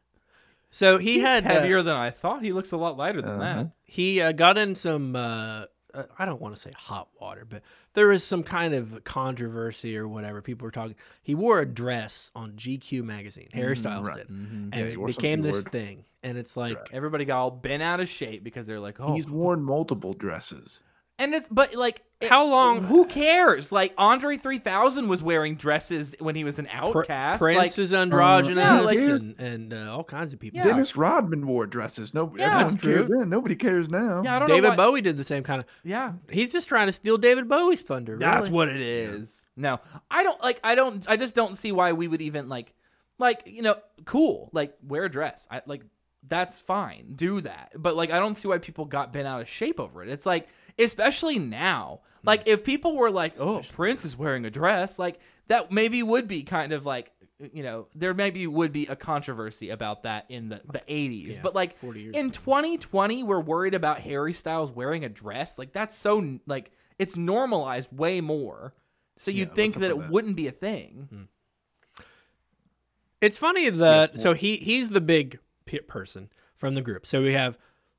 S1: So he
S3: He's
S1: had uh,
S3: heavier than I thought. He looks a lot lighter than
S4: Uh-huh.
S3: that.
S1: he uh, got in some uh, uh, i don't want to say hot water but there was some kind of controversy or whatever people were talking he wore a dress on gq magazine harry
S4: Mm,
S1: styles
S4: right.
S1: did
S3: Mhm.
S4: Yeah,
S1: and
S4: he
S1: it
S4: wore some-
S1: became
S4: he
S1: this
S4: wore-
S1: thing and it's like
S3: Everybody got all bent out of shape because they're like, oh,
S4: He's worn multiple dresses.
S3: and it's but like it-
S1: How long-
S3: Who cares? Like Andre three thousand was wearing dresses when he was an
S1: Pr-
S3: outcast.
S1: prince
S3: like,
S1: is androgynous
S3: Yeah, like-
S1: Uh, and, and uh, all kinds of people
S3: Yeah.
S4: Dennis Rodman wore dresses. No,
S3: Yeah.
S4: everyone
S1: That's
S4: cared
S1: true.
S4: then. Nobody cares now.
S3: yeah, I don't know.
S1: david
S3: why-
S1: bowie did the same kind of
S3: yeah,
S1: he's just trying to steal david bowie's thunder
S3: That's
S1: really.
S3: what it is. No, I don't like. I don't. I just don't see why we would even like, like you know, cool. Like wear a dress. I like that's fine. Do that. But like, I don't see why people got bent out of shape over it. It's like, especially now.
S1: Hmm.
S3: Like if people were like, oh, Prince is wearing a dress. Like that maybe would be kind of like you know there maybe would be a controversy about that in the, the 80s
S1: yeah,
S3: but like
S1: 40 years
S3: in 2020 we're worried about harry styles wearing a dress like that's so n- like it's normalized way more so
S4: Yeah,
S3: you'd
S4: what's
S3: think
S4: up
S3: that it
S4: with that?
S3: wouldn't be a thing
S1: It's funny that so he he's the big p- person from the group. So we have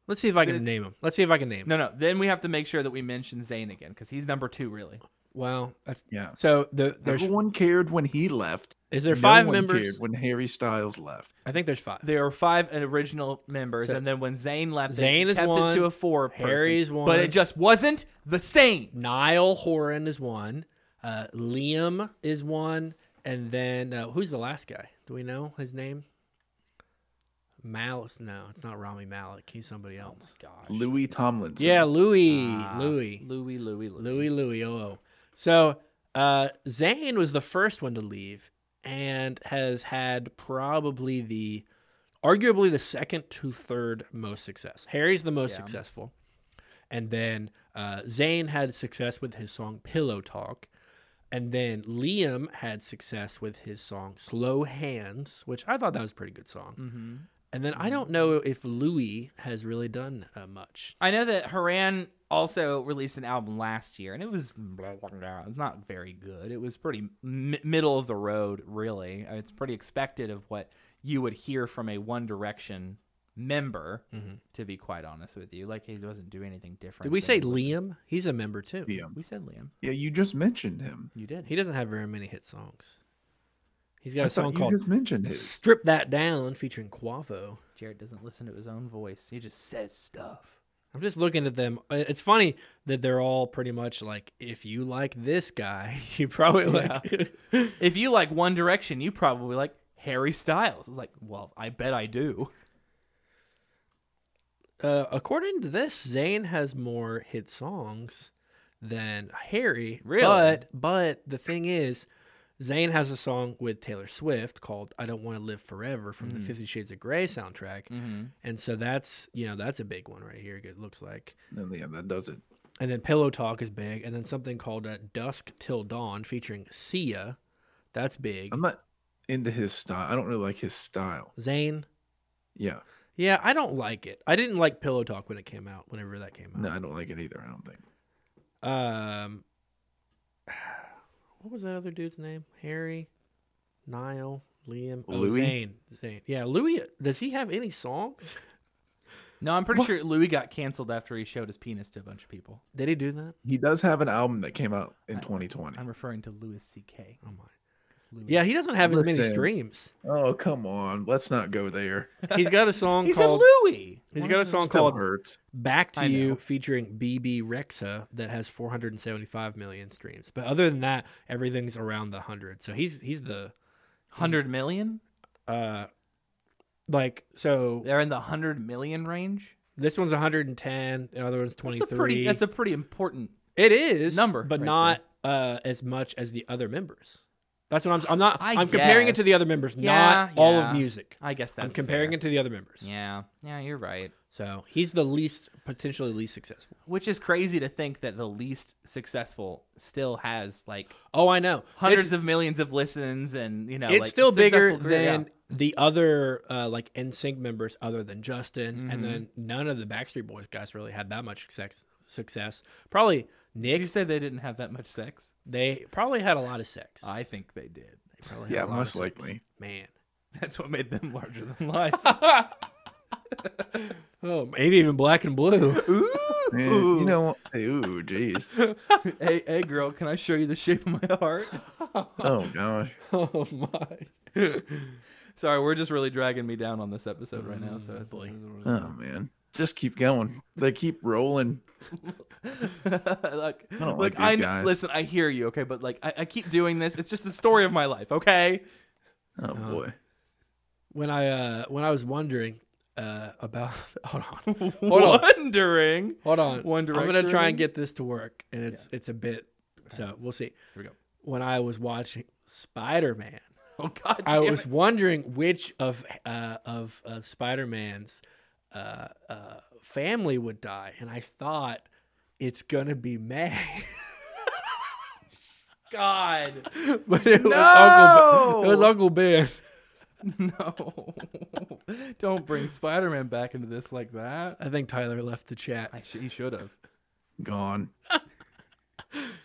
S1: let's see if I can name him. Let's see if I can name. Him.
S3: no no then we have to make sure that we mention Zayn again because he's number two really
S1: Well, that's
S4: Yeah.
S1: So the there's
S4: Everyone cared when he left.
S1: is there
S4: No
S1: five
S4: one
S1: members?
S4: cared when Harry Styles left.
S1: I think there's five.
S3: there are five uh, original members
S1: So-
S3: and then when Zayn left they
S1: Zayn is
S3: kept
S1: one,
S3: it to a four person.
S1: Harry's
S3: but
S1: one.
S3: it just wasn't the same
S1: Niall Horan is one. Uh, Liam is one, and then uh, who's the last guy? Do we know his name? Malice? No, it's not Rami Malik. He's somebody else.
S3: gosh
S4: Louis Tomlinson.
S1: Yeah, Louis,
S3: Ah,
S1: Louis,
S3: Louis Louis Louis
S1: Louis Louis oh, oh. So uh Zane was the first one to leave and has had probably the arguably the second to third most success. Harry's the most
S3: Yeah.
S1: successful. And then uh Zane had success with his song Pillow Talk. And then Liam had success with his song Slow Hands, which I thought that was a pretty good song.
S3: mm-hmm.
S1: And then I don't know if Louis has really done uh, much.
S3: I know that Haran also released an album last year, and it was blah, blah, blah. It's not very good. It was pretty m- middle of the road, really. Uh, It's pretty expected of what you would hear from a One Direction member, to be quite honest with you. Like he doesn't do anything different.
S1: Did we
S3: than
S1: say
S3: what-
S1: Liam? He's a member too.
S4: Yeah.
S3: We said Liam.
S4: Yeah, you just mentioned him.
S3: You did.
S1: He doesn't have very many hit songs. He's got a
S4: I
S1: song
S4: thought you
S1: called
S4: just mentioned him.
S1: "Strip That Down" featuring Quavo.
S3: Jared doesn't listen to his own voice. He just says stuff.
S1: I'm just looking at them. Uh, It's funny that they're all pretty much like, if you like this guy, you probably like.
S3: If you like One Direction, you probably like Harry Styles. It's like, well, I bet I do.
S1: uh, according to this, Zayn has more hit songs than Harry.
S3: Really?
S1: But but the thing is, Zayn has a song with Taylor Swift called "I Don't Want to Live Forever" from the Fifty Shades of Grey soundtrack,
S3: Mm-hmm.
S1: and so that's you know that's a big one right here. It looks like.
S4: And yeah, that does it.
S1: And then Pillow Talk is big. And then something called uh, Dusk Till Dawn featuring Sia. That's big.
S4: I'm not into his style. I don't really like his style.
S1: Zayn.
S4: Yeah.
S1: Yeah, I don't like it. I didn't like Pillow Talk when it came out, whenever that came
S4: No,
S1: out.
S4: I don't like it either. I don't think.
S1: Um, what was that other dude's name? Harry, Niall, Liam, oh,
S4: Louis?
S1: Zayn. Zayn. Yeah, Louis. Does he have any songs?
S3: No, I'm pretty sure Louis got canceled after he showed his penis to a bunch of people.
S1: Did he do that?
S4: He does have an album that came out in
S3: I-
S4: 2020.
S3: I'm referring to Louis C.K.
S1: Oh my.
S3: 'cause Louis-
S1: Yeah, he doesn't have as many
S4: Listen.
S1: streams.
S4: Oh, come on. Let's not go there.
S1: He's got a song
S3: he said
S1: called.
S3: Louis.
S1: He's got a song
S4: Still
S1: called
S4: hurts.
S1: Back to
S3: I know.
S1: You featuring BB Rexa that has 475 million streams. But other than that, everything's around the 100. So he's he's the
S3: Hundred million?
S1: uh like so
S3: They're in the hundred million range.
S1: this one's 110, the other one's
S3: That's
S1: 23.
S3: a pretty. That's a pretty important.
S1: it is
S3: number
S1: but
S3: right
S1: not uh as much as the other members. That's what I'm. I'm not.
S3: I
S1: I am comparing it to the
S3: guess.
S1: other members,
S3: Yeah,
S1: not all
S3: yeah.
S1: of music.
S3: I guess that's
S1: I'm comparing it to the other members.
S3: Yeah, yeah, you're right.
S1: So he's the least potentially least successful.
S3: Which is crazy to think that the least successful still has like
S1: Oh, I know.
S3: hundreds
S1: It's-
S3: of millions of listens, and you know,
S1: it's
S3: like,
S1: still bigger
S3: successful career, yeah.
S1: than the other uh, like NSYNC members other than Justin,
S3: Mm-hmm.
S1: and then none of the Backstreet Boys guys really had that much success. Success probably
S3: Did you
S1: Nick.
S3: say they didn't have that much sex?
S1: They probably had a lot of sex.
S3: I think they did.
S1: Probably had
S4: Yeah,
S1: a lot of
S4: most
S1: sex.
S4: likely.
S1: Man.
S3: That's what made them larger than life.
S1: Oh, maybe even black and blue.
S4: Man,
S3: Ooh.
S4: you know, hey, ooh, jeez.
S3: hey, hey, girl, can I show you the shape of my heart?
S4: Oh gosh.
S1: oh my.
S3: Sorry, we're just really dragging me down on this episode right now. So it's,
S1: boy.
S4: Oh man. Just keep going. They keep rolling.
S3: look, I
S4: don't like
S3: look,
S4: these
S3: I kn-
S4: guys.
S3: listen. I hear you, okay, but like, I, I keep doing this. It's just the story of my life, okay?
S4: Oh boy.
S1: When I uh when I was wondering uh about hold on. on.
S3: Wondering.
S1: Hold on.
S3: One
S1: I'm gonna
S3: Direction?
S1: try and get this to work, and it's it's a bit. So we'll see.
S3: Here we go.
S1: When I was watching Spider Man,
S3: Oh God,
S1: I
S3: damn
S1: was
S3: it.
S1: wondering which of uh, of of Spider Man's uh, uh, family would die, and I thought it's gonna be May,
S3: God.
S1: but it was Uncle. Ben. It was
S3: No!
S1: Uncle Ben.
S3: No, don't bring Spider-Man back into this like that.
S1: I think Tyler left the chat.
S3: I sh- he should have.
S4: Gone.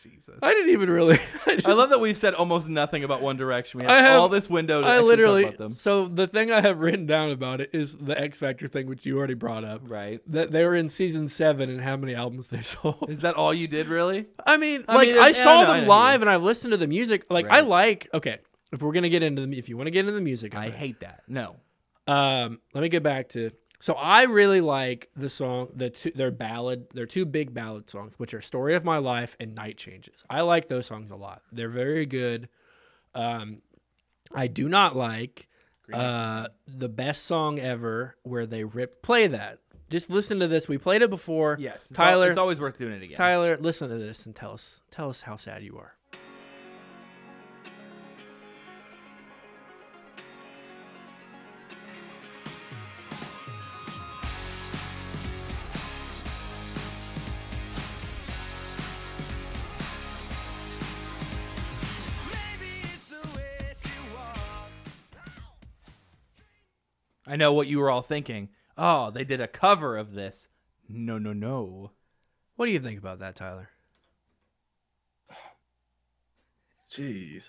S3: Jesus.
S1: I didn't even really. I,
S3: I love that we've said almost nothing about One Direction. We have,
S1: I have-
S3: all this window to
S1: I
S3: actually
S1: literally.
S3: talk about them.
S1: So the thing I have written down about it is the X Factor thing, which you already brought up.
S3: Right.
S1: that they were in season seven and how many albums they sold.
S3: Is that all you did, really?
S1: I mean,
S3: I
S1: like
S3: mean,
S1: I
S3: it's- I
S1: saw
S3: know, I
S1: them
S3: know.
S1: live and I've listened to the music. Like I
S3: Right.
S1: like okay. If we're gonna get into the, mu- if you want to get into the music, of it,
S3: hate that. No.
S1: Um, let me get back to. So I really like the song, the two, their ballad, their two big ballad songs, which are "Story of My Life" and "Night Changes." I like those songs a lot. They're very good. Um, I do not like uh, the best song ever, where they rip play that. Just listen to this. We played it before.
S3: Yes. It's al-
S1: Tyler.
S3: it's always worth doing it again.
S1: Tyler, listen to this and tell us tell us how sad you are.
S3: I know what you were all thinking. Oh, they did a cover of this. No, no, no.
S1: What do you think about that, Tyler?
S4: Jeez.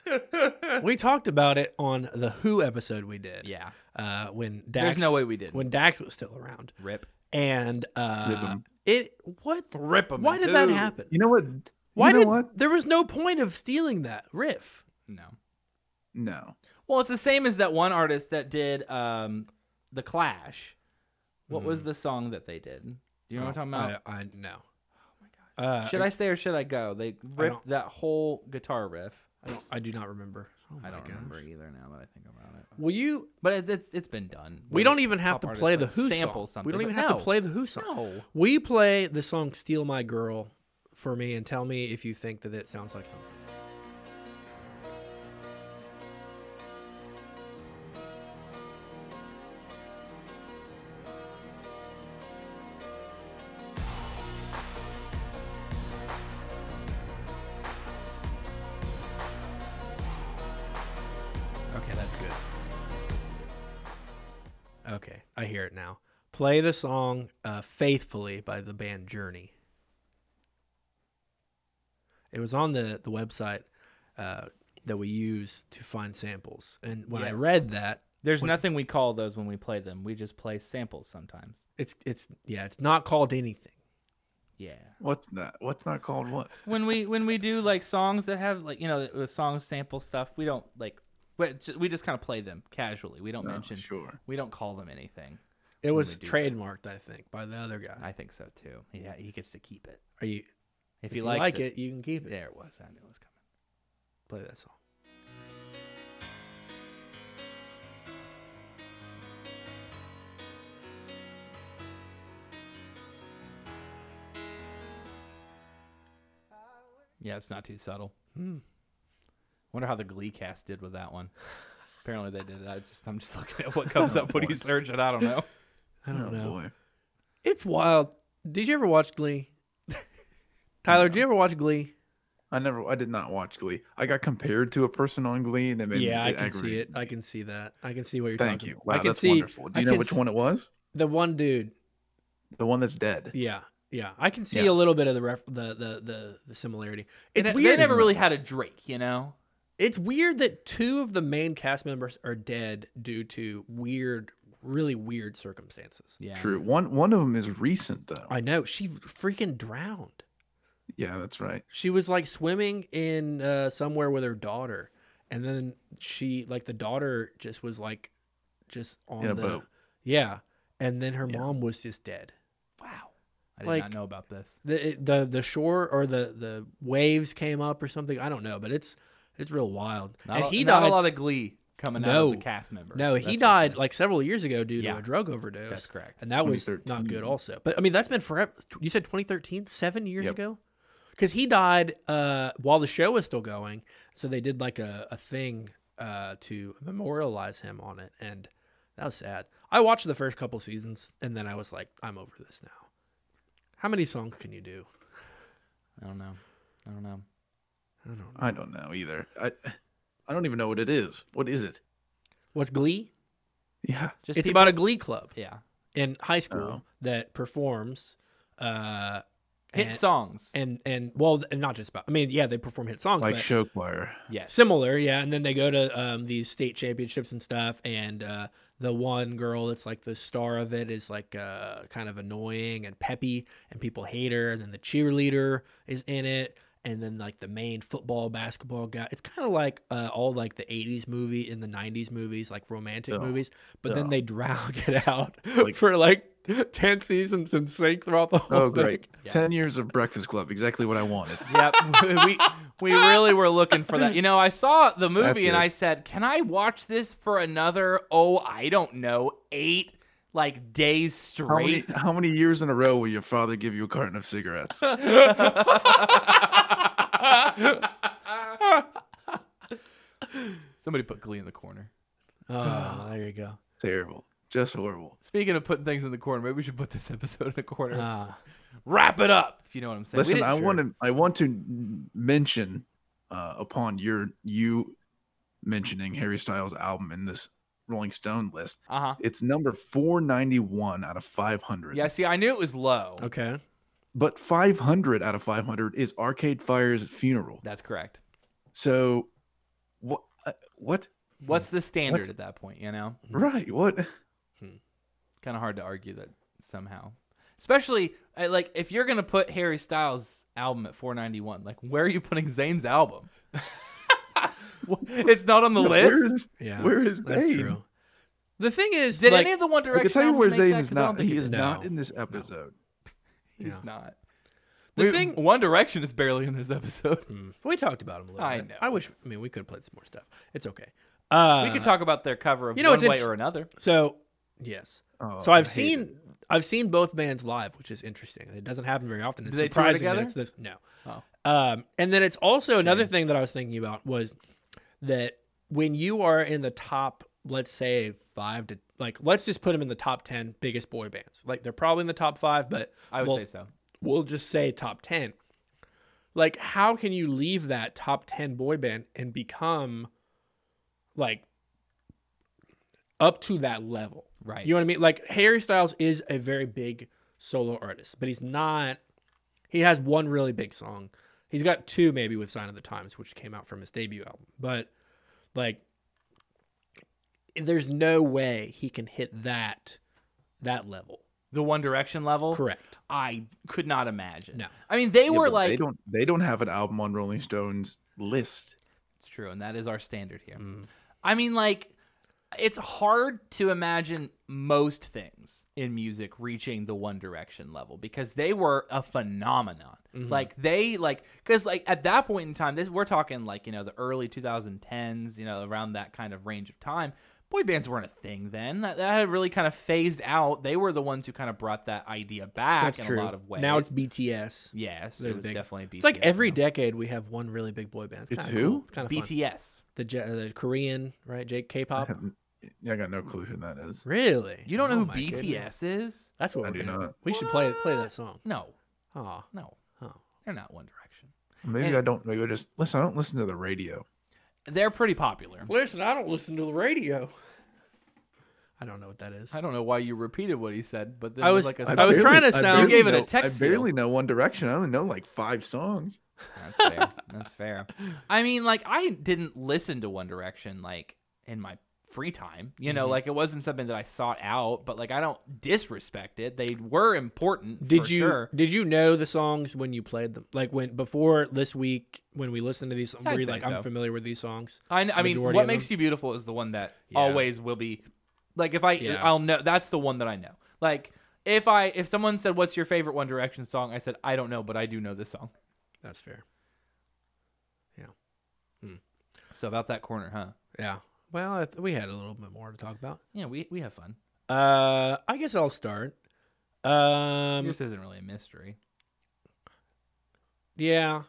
S1: we talked about it on the Who episode we did.
S3: Yeah.
S1: Uh, when Dax,
S3: There's no way we didn't.
S1: when Dax was still around,
S3: Rip.
S1: and
S4: Rip
S1: uh,
S4: 'em.
S1: it what
S3: Rip 'em
S1: Why
S3: in
S1: did that
S3: two.
S1: happen?
S4: You know what?
S1: Why
S4: you know
S1: did
S4: what?
S1: there was no point of stealing that riff?
S3: No.
S4: No.
S3: Well, it's the same as that one artist that did um, The Clash. What was the song that they did? Do you know what I'm talking about?
S1: I, I no. Oh my god. Uh,
S3: should I stay or should I Oh go? They ripped that whole guitar riff.
S1: I, don't, I do not remember. Oh my
S3: I don't
S1: gosh.
S3: remember either now that I think about it.
S1: Will you?
S3: But it, it's it's been done.
S1: We don't even have
S3: pop
S1: to
S3: artists
S1: play the
S3: like
S1: Who
S3: sample
S1: song.
S3: something,
S1: We don't
S3: but
S1: even have
S3: no.
S1: to play the Who song.
S3: No.
S1: We play the song "Steal My Girl" for me, and tell me if you think that it sounds like something. Okay, that's good. Okay, I hear it now. Play the song uh, "Faithfully" by the band Journey. It was on the the website uh, that we use to find samples, and when I
S3: Yes.
S1: read that,
S3: There's nothing we call those when we play them. We just play samples sometimes.
S1: it's it's yeah, it's not called anything.
S3: Yeah.
S4: What's not what's not called what?
S3: when we when we do like songs that have like you know the songs sample stuff, we don't like we ju- we just kind of play them casually. We
S1: Oh,
S3: don't
S4: No,
S3: mention.
S4: Oh, sure.
S3: We don't call them anything.
S1: It was
S3: do that.
S1: trademarked, I think, by the other guy.
S3: I think so too. Yeah, he gets to keep it
S1: Are you?
S3: if,
S1: If
S3: he
S1: you
S3: likes
S1: like
S3: it.
S1: it, you can keep it.
S3: There it was. I knew it was coming.
S1: Play that song. Hmm.
S3: Yeah, it's not too subtle. Wonder how the Glee cast did with that one. Apparently they did. I just I'm just looking at what
S1: Oh,
S3: comes up when you search it. I don't know.
S1: I
S3: Oh,
S1: don't know.
S4: Oh, boy.
S1: It's wild. Did you ever watch Glee? Tyler, did you ever watch Glee?
S4: I never. I did not watch Glee. I got compared to a person on Glee, and that made me-
S1: yeah, I can see
S4: aggravated
S1: it. I can see that. I can see what you're
S4: Thank
S1: talking
S4: you.
S1: about.
S4: Wow,
S1: I can
S4: that's
S1: see
S4: wonderful. Do
S1: I
S4: you know
S1: can
S4: which
S1: s-
S4: one it was?
S1: the one dude.
S4: The one that's dead.
S1: Yeah. Yeah. I can see
S4: Yeah.
S1: a little bit of the ref the the the, the similarity. It's
S3: It's
S1: weird.
S3: They never
S1: isn't it?
S3: really had a Drake, you know.
S1: It's weird that two of the main cast members are dead due to weird, really weird circumstances.
S3: Yeah.
S4: True. One one of them is recent though.
S1: I know. She freaking drowned.
S4: yeah, that's right.
S1: She was like swimming in uh, somewhere with her daughter, and then she like the daughter just was like just on
S4: In a
S1: the
S4: boat.
S1: yeah, and then her mom was just dead.
S3: Wow. I did
S1: Like-
S3: not know about this.
S1: The it- the the shore or the the waves came up or something. I don't know, but it's it's real wild.
S3: Not,
S1: and
S3: a,
S1: he
S3: not
S1: died.
S3: a lot of Glee coming out of the
S1: No.
S3: cast members.
S1: no,
S3: That's
S1: he
S3: for
S1: died
S3: sure.
S1: like several years ago due to
S3: Yeah.
S1: a drug overdose.
S3: That's correct.
S1: and that was not good
S4: 2013.
S1: also. But I mean, that's been forever. You said 2013, seven years
S4: Yep.
S1: ago, because he died uh, while the show was still going. So they did like a, a thing uh, to memorialize him on it, and that was sad. I watched the first couple seasons, and then I was like, I'm over this now. How many songs can you do?
S3: I don't know. I don't know.
S1: I don't know.
S4: I don't know either. I I don't even know what it is. What is it?
S1: What's Glee?
S4: Yeah.
S3: Just
S1: it's
S3: people-
S1: about a Glee club
S3: yeah.
S1: in high school
S4: Oh.
S1: that performs. Uh,
S3: Hit
S1: and-
S3: songs.
S1: and and well, and not just about. I mean, yeah, they perform hit songs,
S4: Like
S1: but
S4: show choir.
S3: yes.
S1: similar yeah and then they go to um, these state championships and stuff and uh, the one girl that's like the star of it is like uh, kind of annoying and peppy and people hate her and then the cheerleader is in it and then like the main football basketball guy it's kind of like uh, all like the 80s movie and the 90s movies like romantic
S4: Yeah.
S1: movies but then
S4: Yeah.
S1: they drag it out
S4: Like-
S1: for like 10 seasons and sync throughout the whole
S4: Oh,
S1: thing.
S4: great. Ten years of Breakfast Club. Exactly what I wanted.
S3: yep. We we really were looking for that. You know, I saw the movie and
S4: it.
S3: I said, "Can I watch this for another oh, I don't know, 8 like days
S4: How many,
S3: straight?"
S4: how many years in a row will your father give you a carton of cigarettes?
S3: Somebody put Glee in the corner.
S1: oh there you go
S4: Terrible. Just horrible.
S3: Speaking of putting things in the corner, maybe we should put this episode in the corner.
S1: Ah.
S3: Wrap it up, if you know what I'm saying. We
S4: Listen,
S3: didn't-
S4: I
S3: sure.
S4: want to I want to n- mention uh, upon your you mentioning Harry Styles' album in this Rolling Stone list.
S3: Uh-huh.
S4: It's number 491 out of 500.
S3: Yeah, see, I knew it was low.
S1: okay
S4: But 500 out of 500 is Arcade Fire's funeral.
S3: That's correct.
S4: So what uh, what
S3: What's the standard at that point, you know?
S4: right, what
S3: kind of hard to argue that somehow. Especially I- like if you're gonna put Harry Styles' album at 491, like where are you putting Zayn's album? Wha- it's not on the
S4: Where
S3: list.
S4: is,
S1: Yeah,
S4: where is
S1: That's
S4: Zayn?
S1: true. The thing is,
S3: Did
S1: like,
S3: any of the One
S4: I
S3: Direction
S4: can tell you
S3: albums
S4: where
S3: make
S4: Zayn
S3: that?
S4: is
S3: 'Cause I don't
S4: not.
S3: think
S4: He is
S1: did.
S4: not
S1: No.
S4: in this episode.
S3: he's
S1: yeah.
S3: not.
S1: The
S3: We-
S1: thing-
S3: One Direction is barely in this episode.
S1: Mm, we talked about him a little
S3: I
S1: bit.
S3: know.
S1: I wish. I mean, we could have played some more stuff. It's okay. Uh,
S3: we could talk about their cover of
S1: you know,
S3: one
S1: it's
S3: way
S1: interest-
S3: or another.
S1: So yes.
S4: Oh,
S1: so I've
S4: I hate
S1: seen
S4: it.
S1: I've seen both bands live, which is interesting. It doesn't happen very often. It's
S3: they tour
S1: surprising that
S3: together?
S1: it's this. No.
S3: Oh.
S1: Um, and then it's also another thing that I was thinking about was that when you are in the top, let's say five to like, let's just put them in the top ten biggest boy bands. Like they're probably in the top five, but
S3: I would
S1: well,
S3: say so.
S1: we'll just say top 10. Like, how can you leave that top 10 boy band and become like up to that level?
S3: Right.
S1: You know what I mean? Like, Harry Styles is a very big solo artist, but he's not, he has one really big song. He's got two maybe with Sign of the Times, which came out from his debut album. But like, there's no way he can hit that that level.
S3: The One Direction level.
S1: Correct.
S3: I could not imagine.
S1: No.
S3: I mean, they
S4: Yeah,
S3: were
S4: but they
S3: like.
S4: don't they don't have an album on Rolling Stone's list.
S3: It's true, and that is our standard here.
S1: Mm.
S3: I mean, like, it's hard to imagine most things in music reaching the One Direction level because they were a phenomenon.
S1: Mm-hmm.
S3: Like they like because like at that point in time, this we're talking like you know the early 2010s, you know around that kind of range of time. boy bands weren't a thing then. That, that had really kind of phased out. They were the ones who kind of brought that idea back
S1: That's
S3: in
S1: true.
S3: a lot of ways.
S1: Now it's BTS.
S3: yes,
S1: they're
S3: it was
S1: big.
S3: definitely BTS.
S1: It's like every
S3: now.
S1: decade we have one really big boy band. It's,
S4: It's
S1: kinda
S4: who?
S1: Cool. It's kind of fun.
S3: BTS.
S1: The, J- uh, the Korean, right? J-
S4: I
S1: K-pop.
S4: haven't. Yeah, I got no clue who that is.
S1: Really?
S3: You don't know
S1: Oh
S3: who
S1: my
S3: BTS
S1: goodness.
S3: is?
S1: That's what
S4: I
S1: we're
S4: do
S1: doing.
S4: not.
S1: We should play play
S3: What?
S1: that song.
S3: No,
S1: Aw.
S3: no,
S1: Huh.
S3: they're not One Direction.
S4: Maybe
S3: And-
S4: I don't. Maybe I just listen. I don't listen to the radio.
S3: They're pretty popular.
S1: Listen, I don't listen to the radio. I don't know what that is.
S3: I don't know why you repeated what he said, but then
S1: I
S3: it
S1: was-
S3: like a
S1: I was
S3: sentence.
S1: trying to sound-
S3: You gave it a
S4: know,
S3: text
S4: I barely know One Direction. I only know like five songs.
S3: That's fair. That's fair. I mean, like I didn't listen to One Direction like in my free time. You
S1: Mm-hmm.
S3: know, like it wasn't something that I sought out, but like I don't disrespect it. They were important.
S1: Did
S3: for
S1: you
S3: Sure.
S1: did you know the songs when you played them? Like when before this week when we listened to these, were
S3: I'd
S1: you
S3: say
S1: like
S3: so.
S1: I'm familiar with these songs.
S3: I, kn- I mean,
S1: majority
S3: what
S1: of
S3: makes
S1: them.
S3: you beautiful is the one that
S1: Yeah.
S3: always will be. Like if I,
S1: Yeah.
S3: I'll know. That's the one that I know. Like if I, if someone said, "What's your favorite One Direction song?" I said, "I don't know, but I do know this song."
S1: That's fair.
S3: So about that corner, huh?
S1: Yeah. Well, I th- we had a little bit more to talk about.
S3: Yeah, we we have fun.
S1: Uh, I guess I'll start. Um,
S3: Yours isn't really a mystery.
S1: yeah,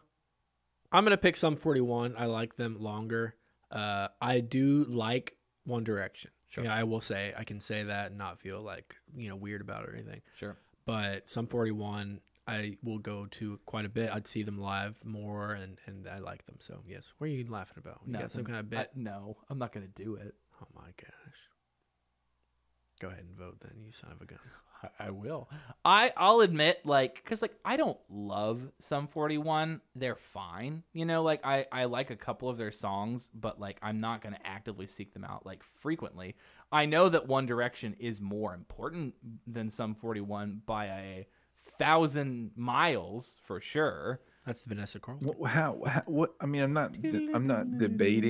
S1: I'm gonna pick some 41. I like them longer. Uh, I do like One Direction.
S3: Sure.
S1: Yeah, I will say I can say that and not feel like you know weird about it or anything.
S3: Sure.
S1: but some 41 I will go to quite a bit. I'd see them live more, and, and I like them. So yes, what are you laughing about? You got some kind of bit?
S3: no, I'm not gonna do it.
S1: oh my gosh! Go ahead and vote then, you son of a gun.
S3: I, I will. I I'll admit, like, because like I don't love some 41. They're fine, you know. Like I I like a couple of their songs, but like I'm not gonna actively seek them out like frequently. I know that One Direction is more important than some 41 by a thousand miles for sure.
S1: That's Vanessa Carlton.
S4: Wh- How, how? What? I mean, I'm not. de- I'm not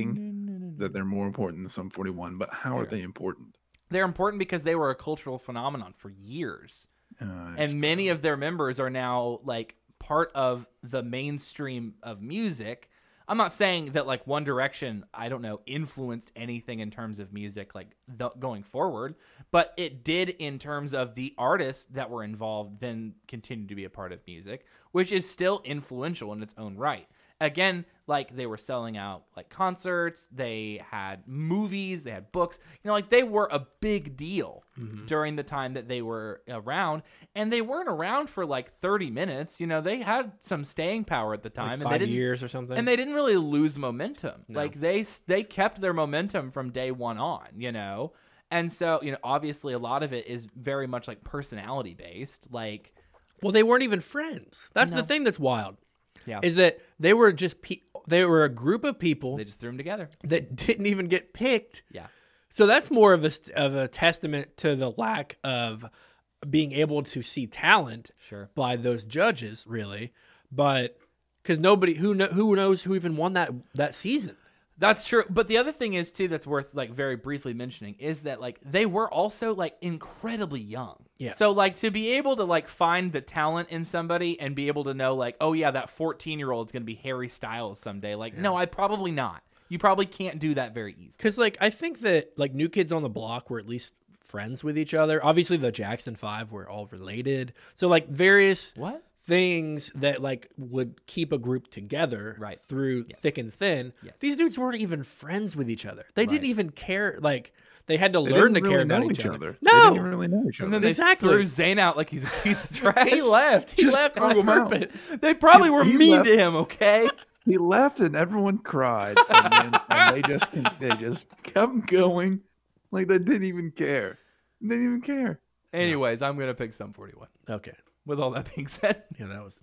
S4: debating that they're more important than some 41, but how are they important?
S3: They're important because they were a cultural phenomenon for years.
S4: Uh, it's-
S3: and many of their members are now like part of the mainstream of music. I'm not saying that like One Direction, I don't know, influenced anything in terms of music like th- going forward, but it did in terms of the artists that were involved then continued to be a part of music, which is still influential in its own right. Again, like they were selling out like concerts, they had movies, they had books. You know, like they were a big deal
S1: Mm-hmm.
S3: during the time that they were around and they weren't around for like 30 minutes you know they had some staying power at the time
S1: Like
S3: and they
S1: five
S3: didn't
S1: years or something.
S3: and they didn't really lose momentum like they s- they kept their momentum from day one on you know and so you know obviously a lot of it is very much like personality based like
S1: well, they weren't even friends. That's the thing that's wild.
S3: Yeah.
S1: is that they were just pe- they were a group of people
S3: they just threw them together
S1: that didn't even get picked.
S3: yeah
S1: So that's more of a st- of a testament to the lack of being able to see talent
S3: Sure.
S1: by those judges, really. But because nobody who kno- who knows who even won that that season.
S3: That's true. But the other thing is too that's worth like very briefly mentioning is that like they were also like incredibly young.
S1: Yes.
S3: So like to be able to like find the talent in somebody and be able to know like oh yeah that 14 year old's gonna be Harry Styles someday like no I probably not. You probably can't do that very easily.
S1: Because like I think that like New Kids on the Block were at least friends with each other. Obviously, the Jackson Five were all related. So like various
S3: What?
S1: things that like would keep a group together
S3: Right.
S1: through thick and thin.
S3: Yes.
S1: These dudes weren't even friends with each other. They didn't
S3: Right.
S1: even care. Like they had to
S4: they
S1: learn to
S4: didn't
S1: care
S4: really
S1: about
S4: know
S1: each other.
S4: They didn't even
S1: No,
S4: really know each other.
S3: And then they
S1: Exactly.
S3: threw Zayn out like he's a piece of trash.
S1: he left. He
S4: Just
S1: left
S4: threw
S1: on
S4: him out.
S1: purpose.
S3: They probably were
S4: He
S3: mean
S4: left.
S3: to him. Okay.
S4: he left and everyone cried and, then, and they just they just kept going like they didn't even care They didn't even care
S3: Anyways, I'm gonna pick some 41.
S1: Okay,
S3: With all that being said,
S1: yeah, that was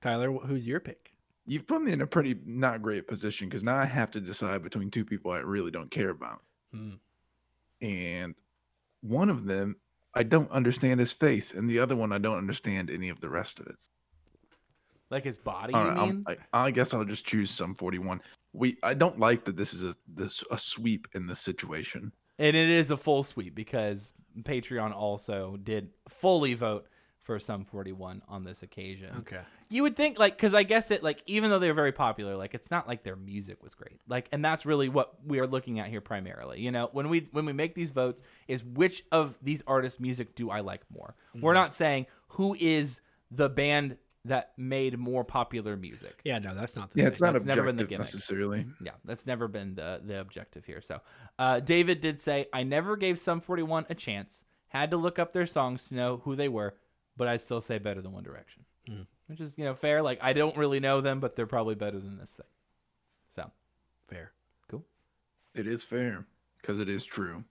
S1: Tyler. wh- Who's your pick?
S4: you've put me in a pretty not great position because now i have to decide between two people i really don't care about
S1: Hmm.
S4: and one of them i don't understand his face and the other one i don't understand any of the rest of it
S3: like his body.
S4: All
S3: you
S4: right,
S3: mean?
S4: I'm- I, I guess I'll just choose some 41. We I don't like that this is a this a sweep in this situation.
S3: And it is a full sweep because Patreon also did fully vote for Sum 41 on this occasion.
S1: Okay.
S3: You would think like cuz I guess it like even though they're very popular like it's not like their music was great. Like and that's really what we are looking at here primarily. You know, when we when we make these votes is which of these artists music do I like more? We're not saying who is the band that made more popular music.
S1: Yeah, no, that's not the
S4: Yeah,
S1: thing.
S4: it's not
S3: That's never
S4: objective
S3: been the gimmick.
S4: necessarily.
S3: yeah, that's never been the the objective here. So, uh, David did say, "I never gave Sum 41 a chance. Had to look up their songs to know who they were, but I still say better than One Direction,
S1: Mm.
S3: which is you know fair. Like I don't really know them, but they're probably better than this thing. So,
S1: fair.
S4: It is fair because it is true.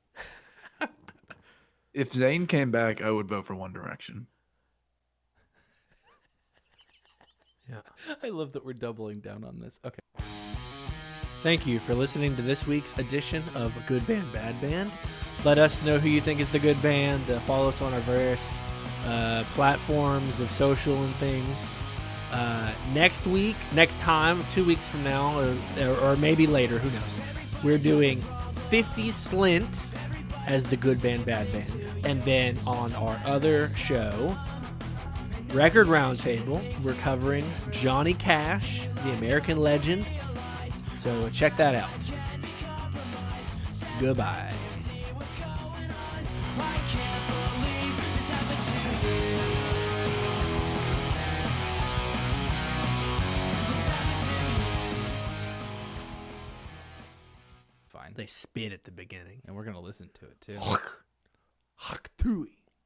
S4: if Zayn came back, I would vote for One Direction.
S3: I love that we're doubling down on this. Okay,
S1: Thank you for listening to this week's edition of Good Band, Bad Band. Let us know who you think is the good band. Uh, follow us on our various uh, platforms of social and things. Uh, next week, next time, two weeks from now, or, or maybe later, who knows? We're doing 50 Slint as the good band, bad band. And then on our other show, Record Roundtable, we're covering Johnny Cash, the American legend. So check that out. Goodbye.
S2: I can't believe this happened to you. This happened to you.
S3: fine,
S1: They spit at the beginning.
S3: and we're gonna listen to it too.
S1: Haktui.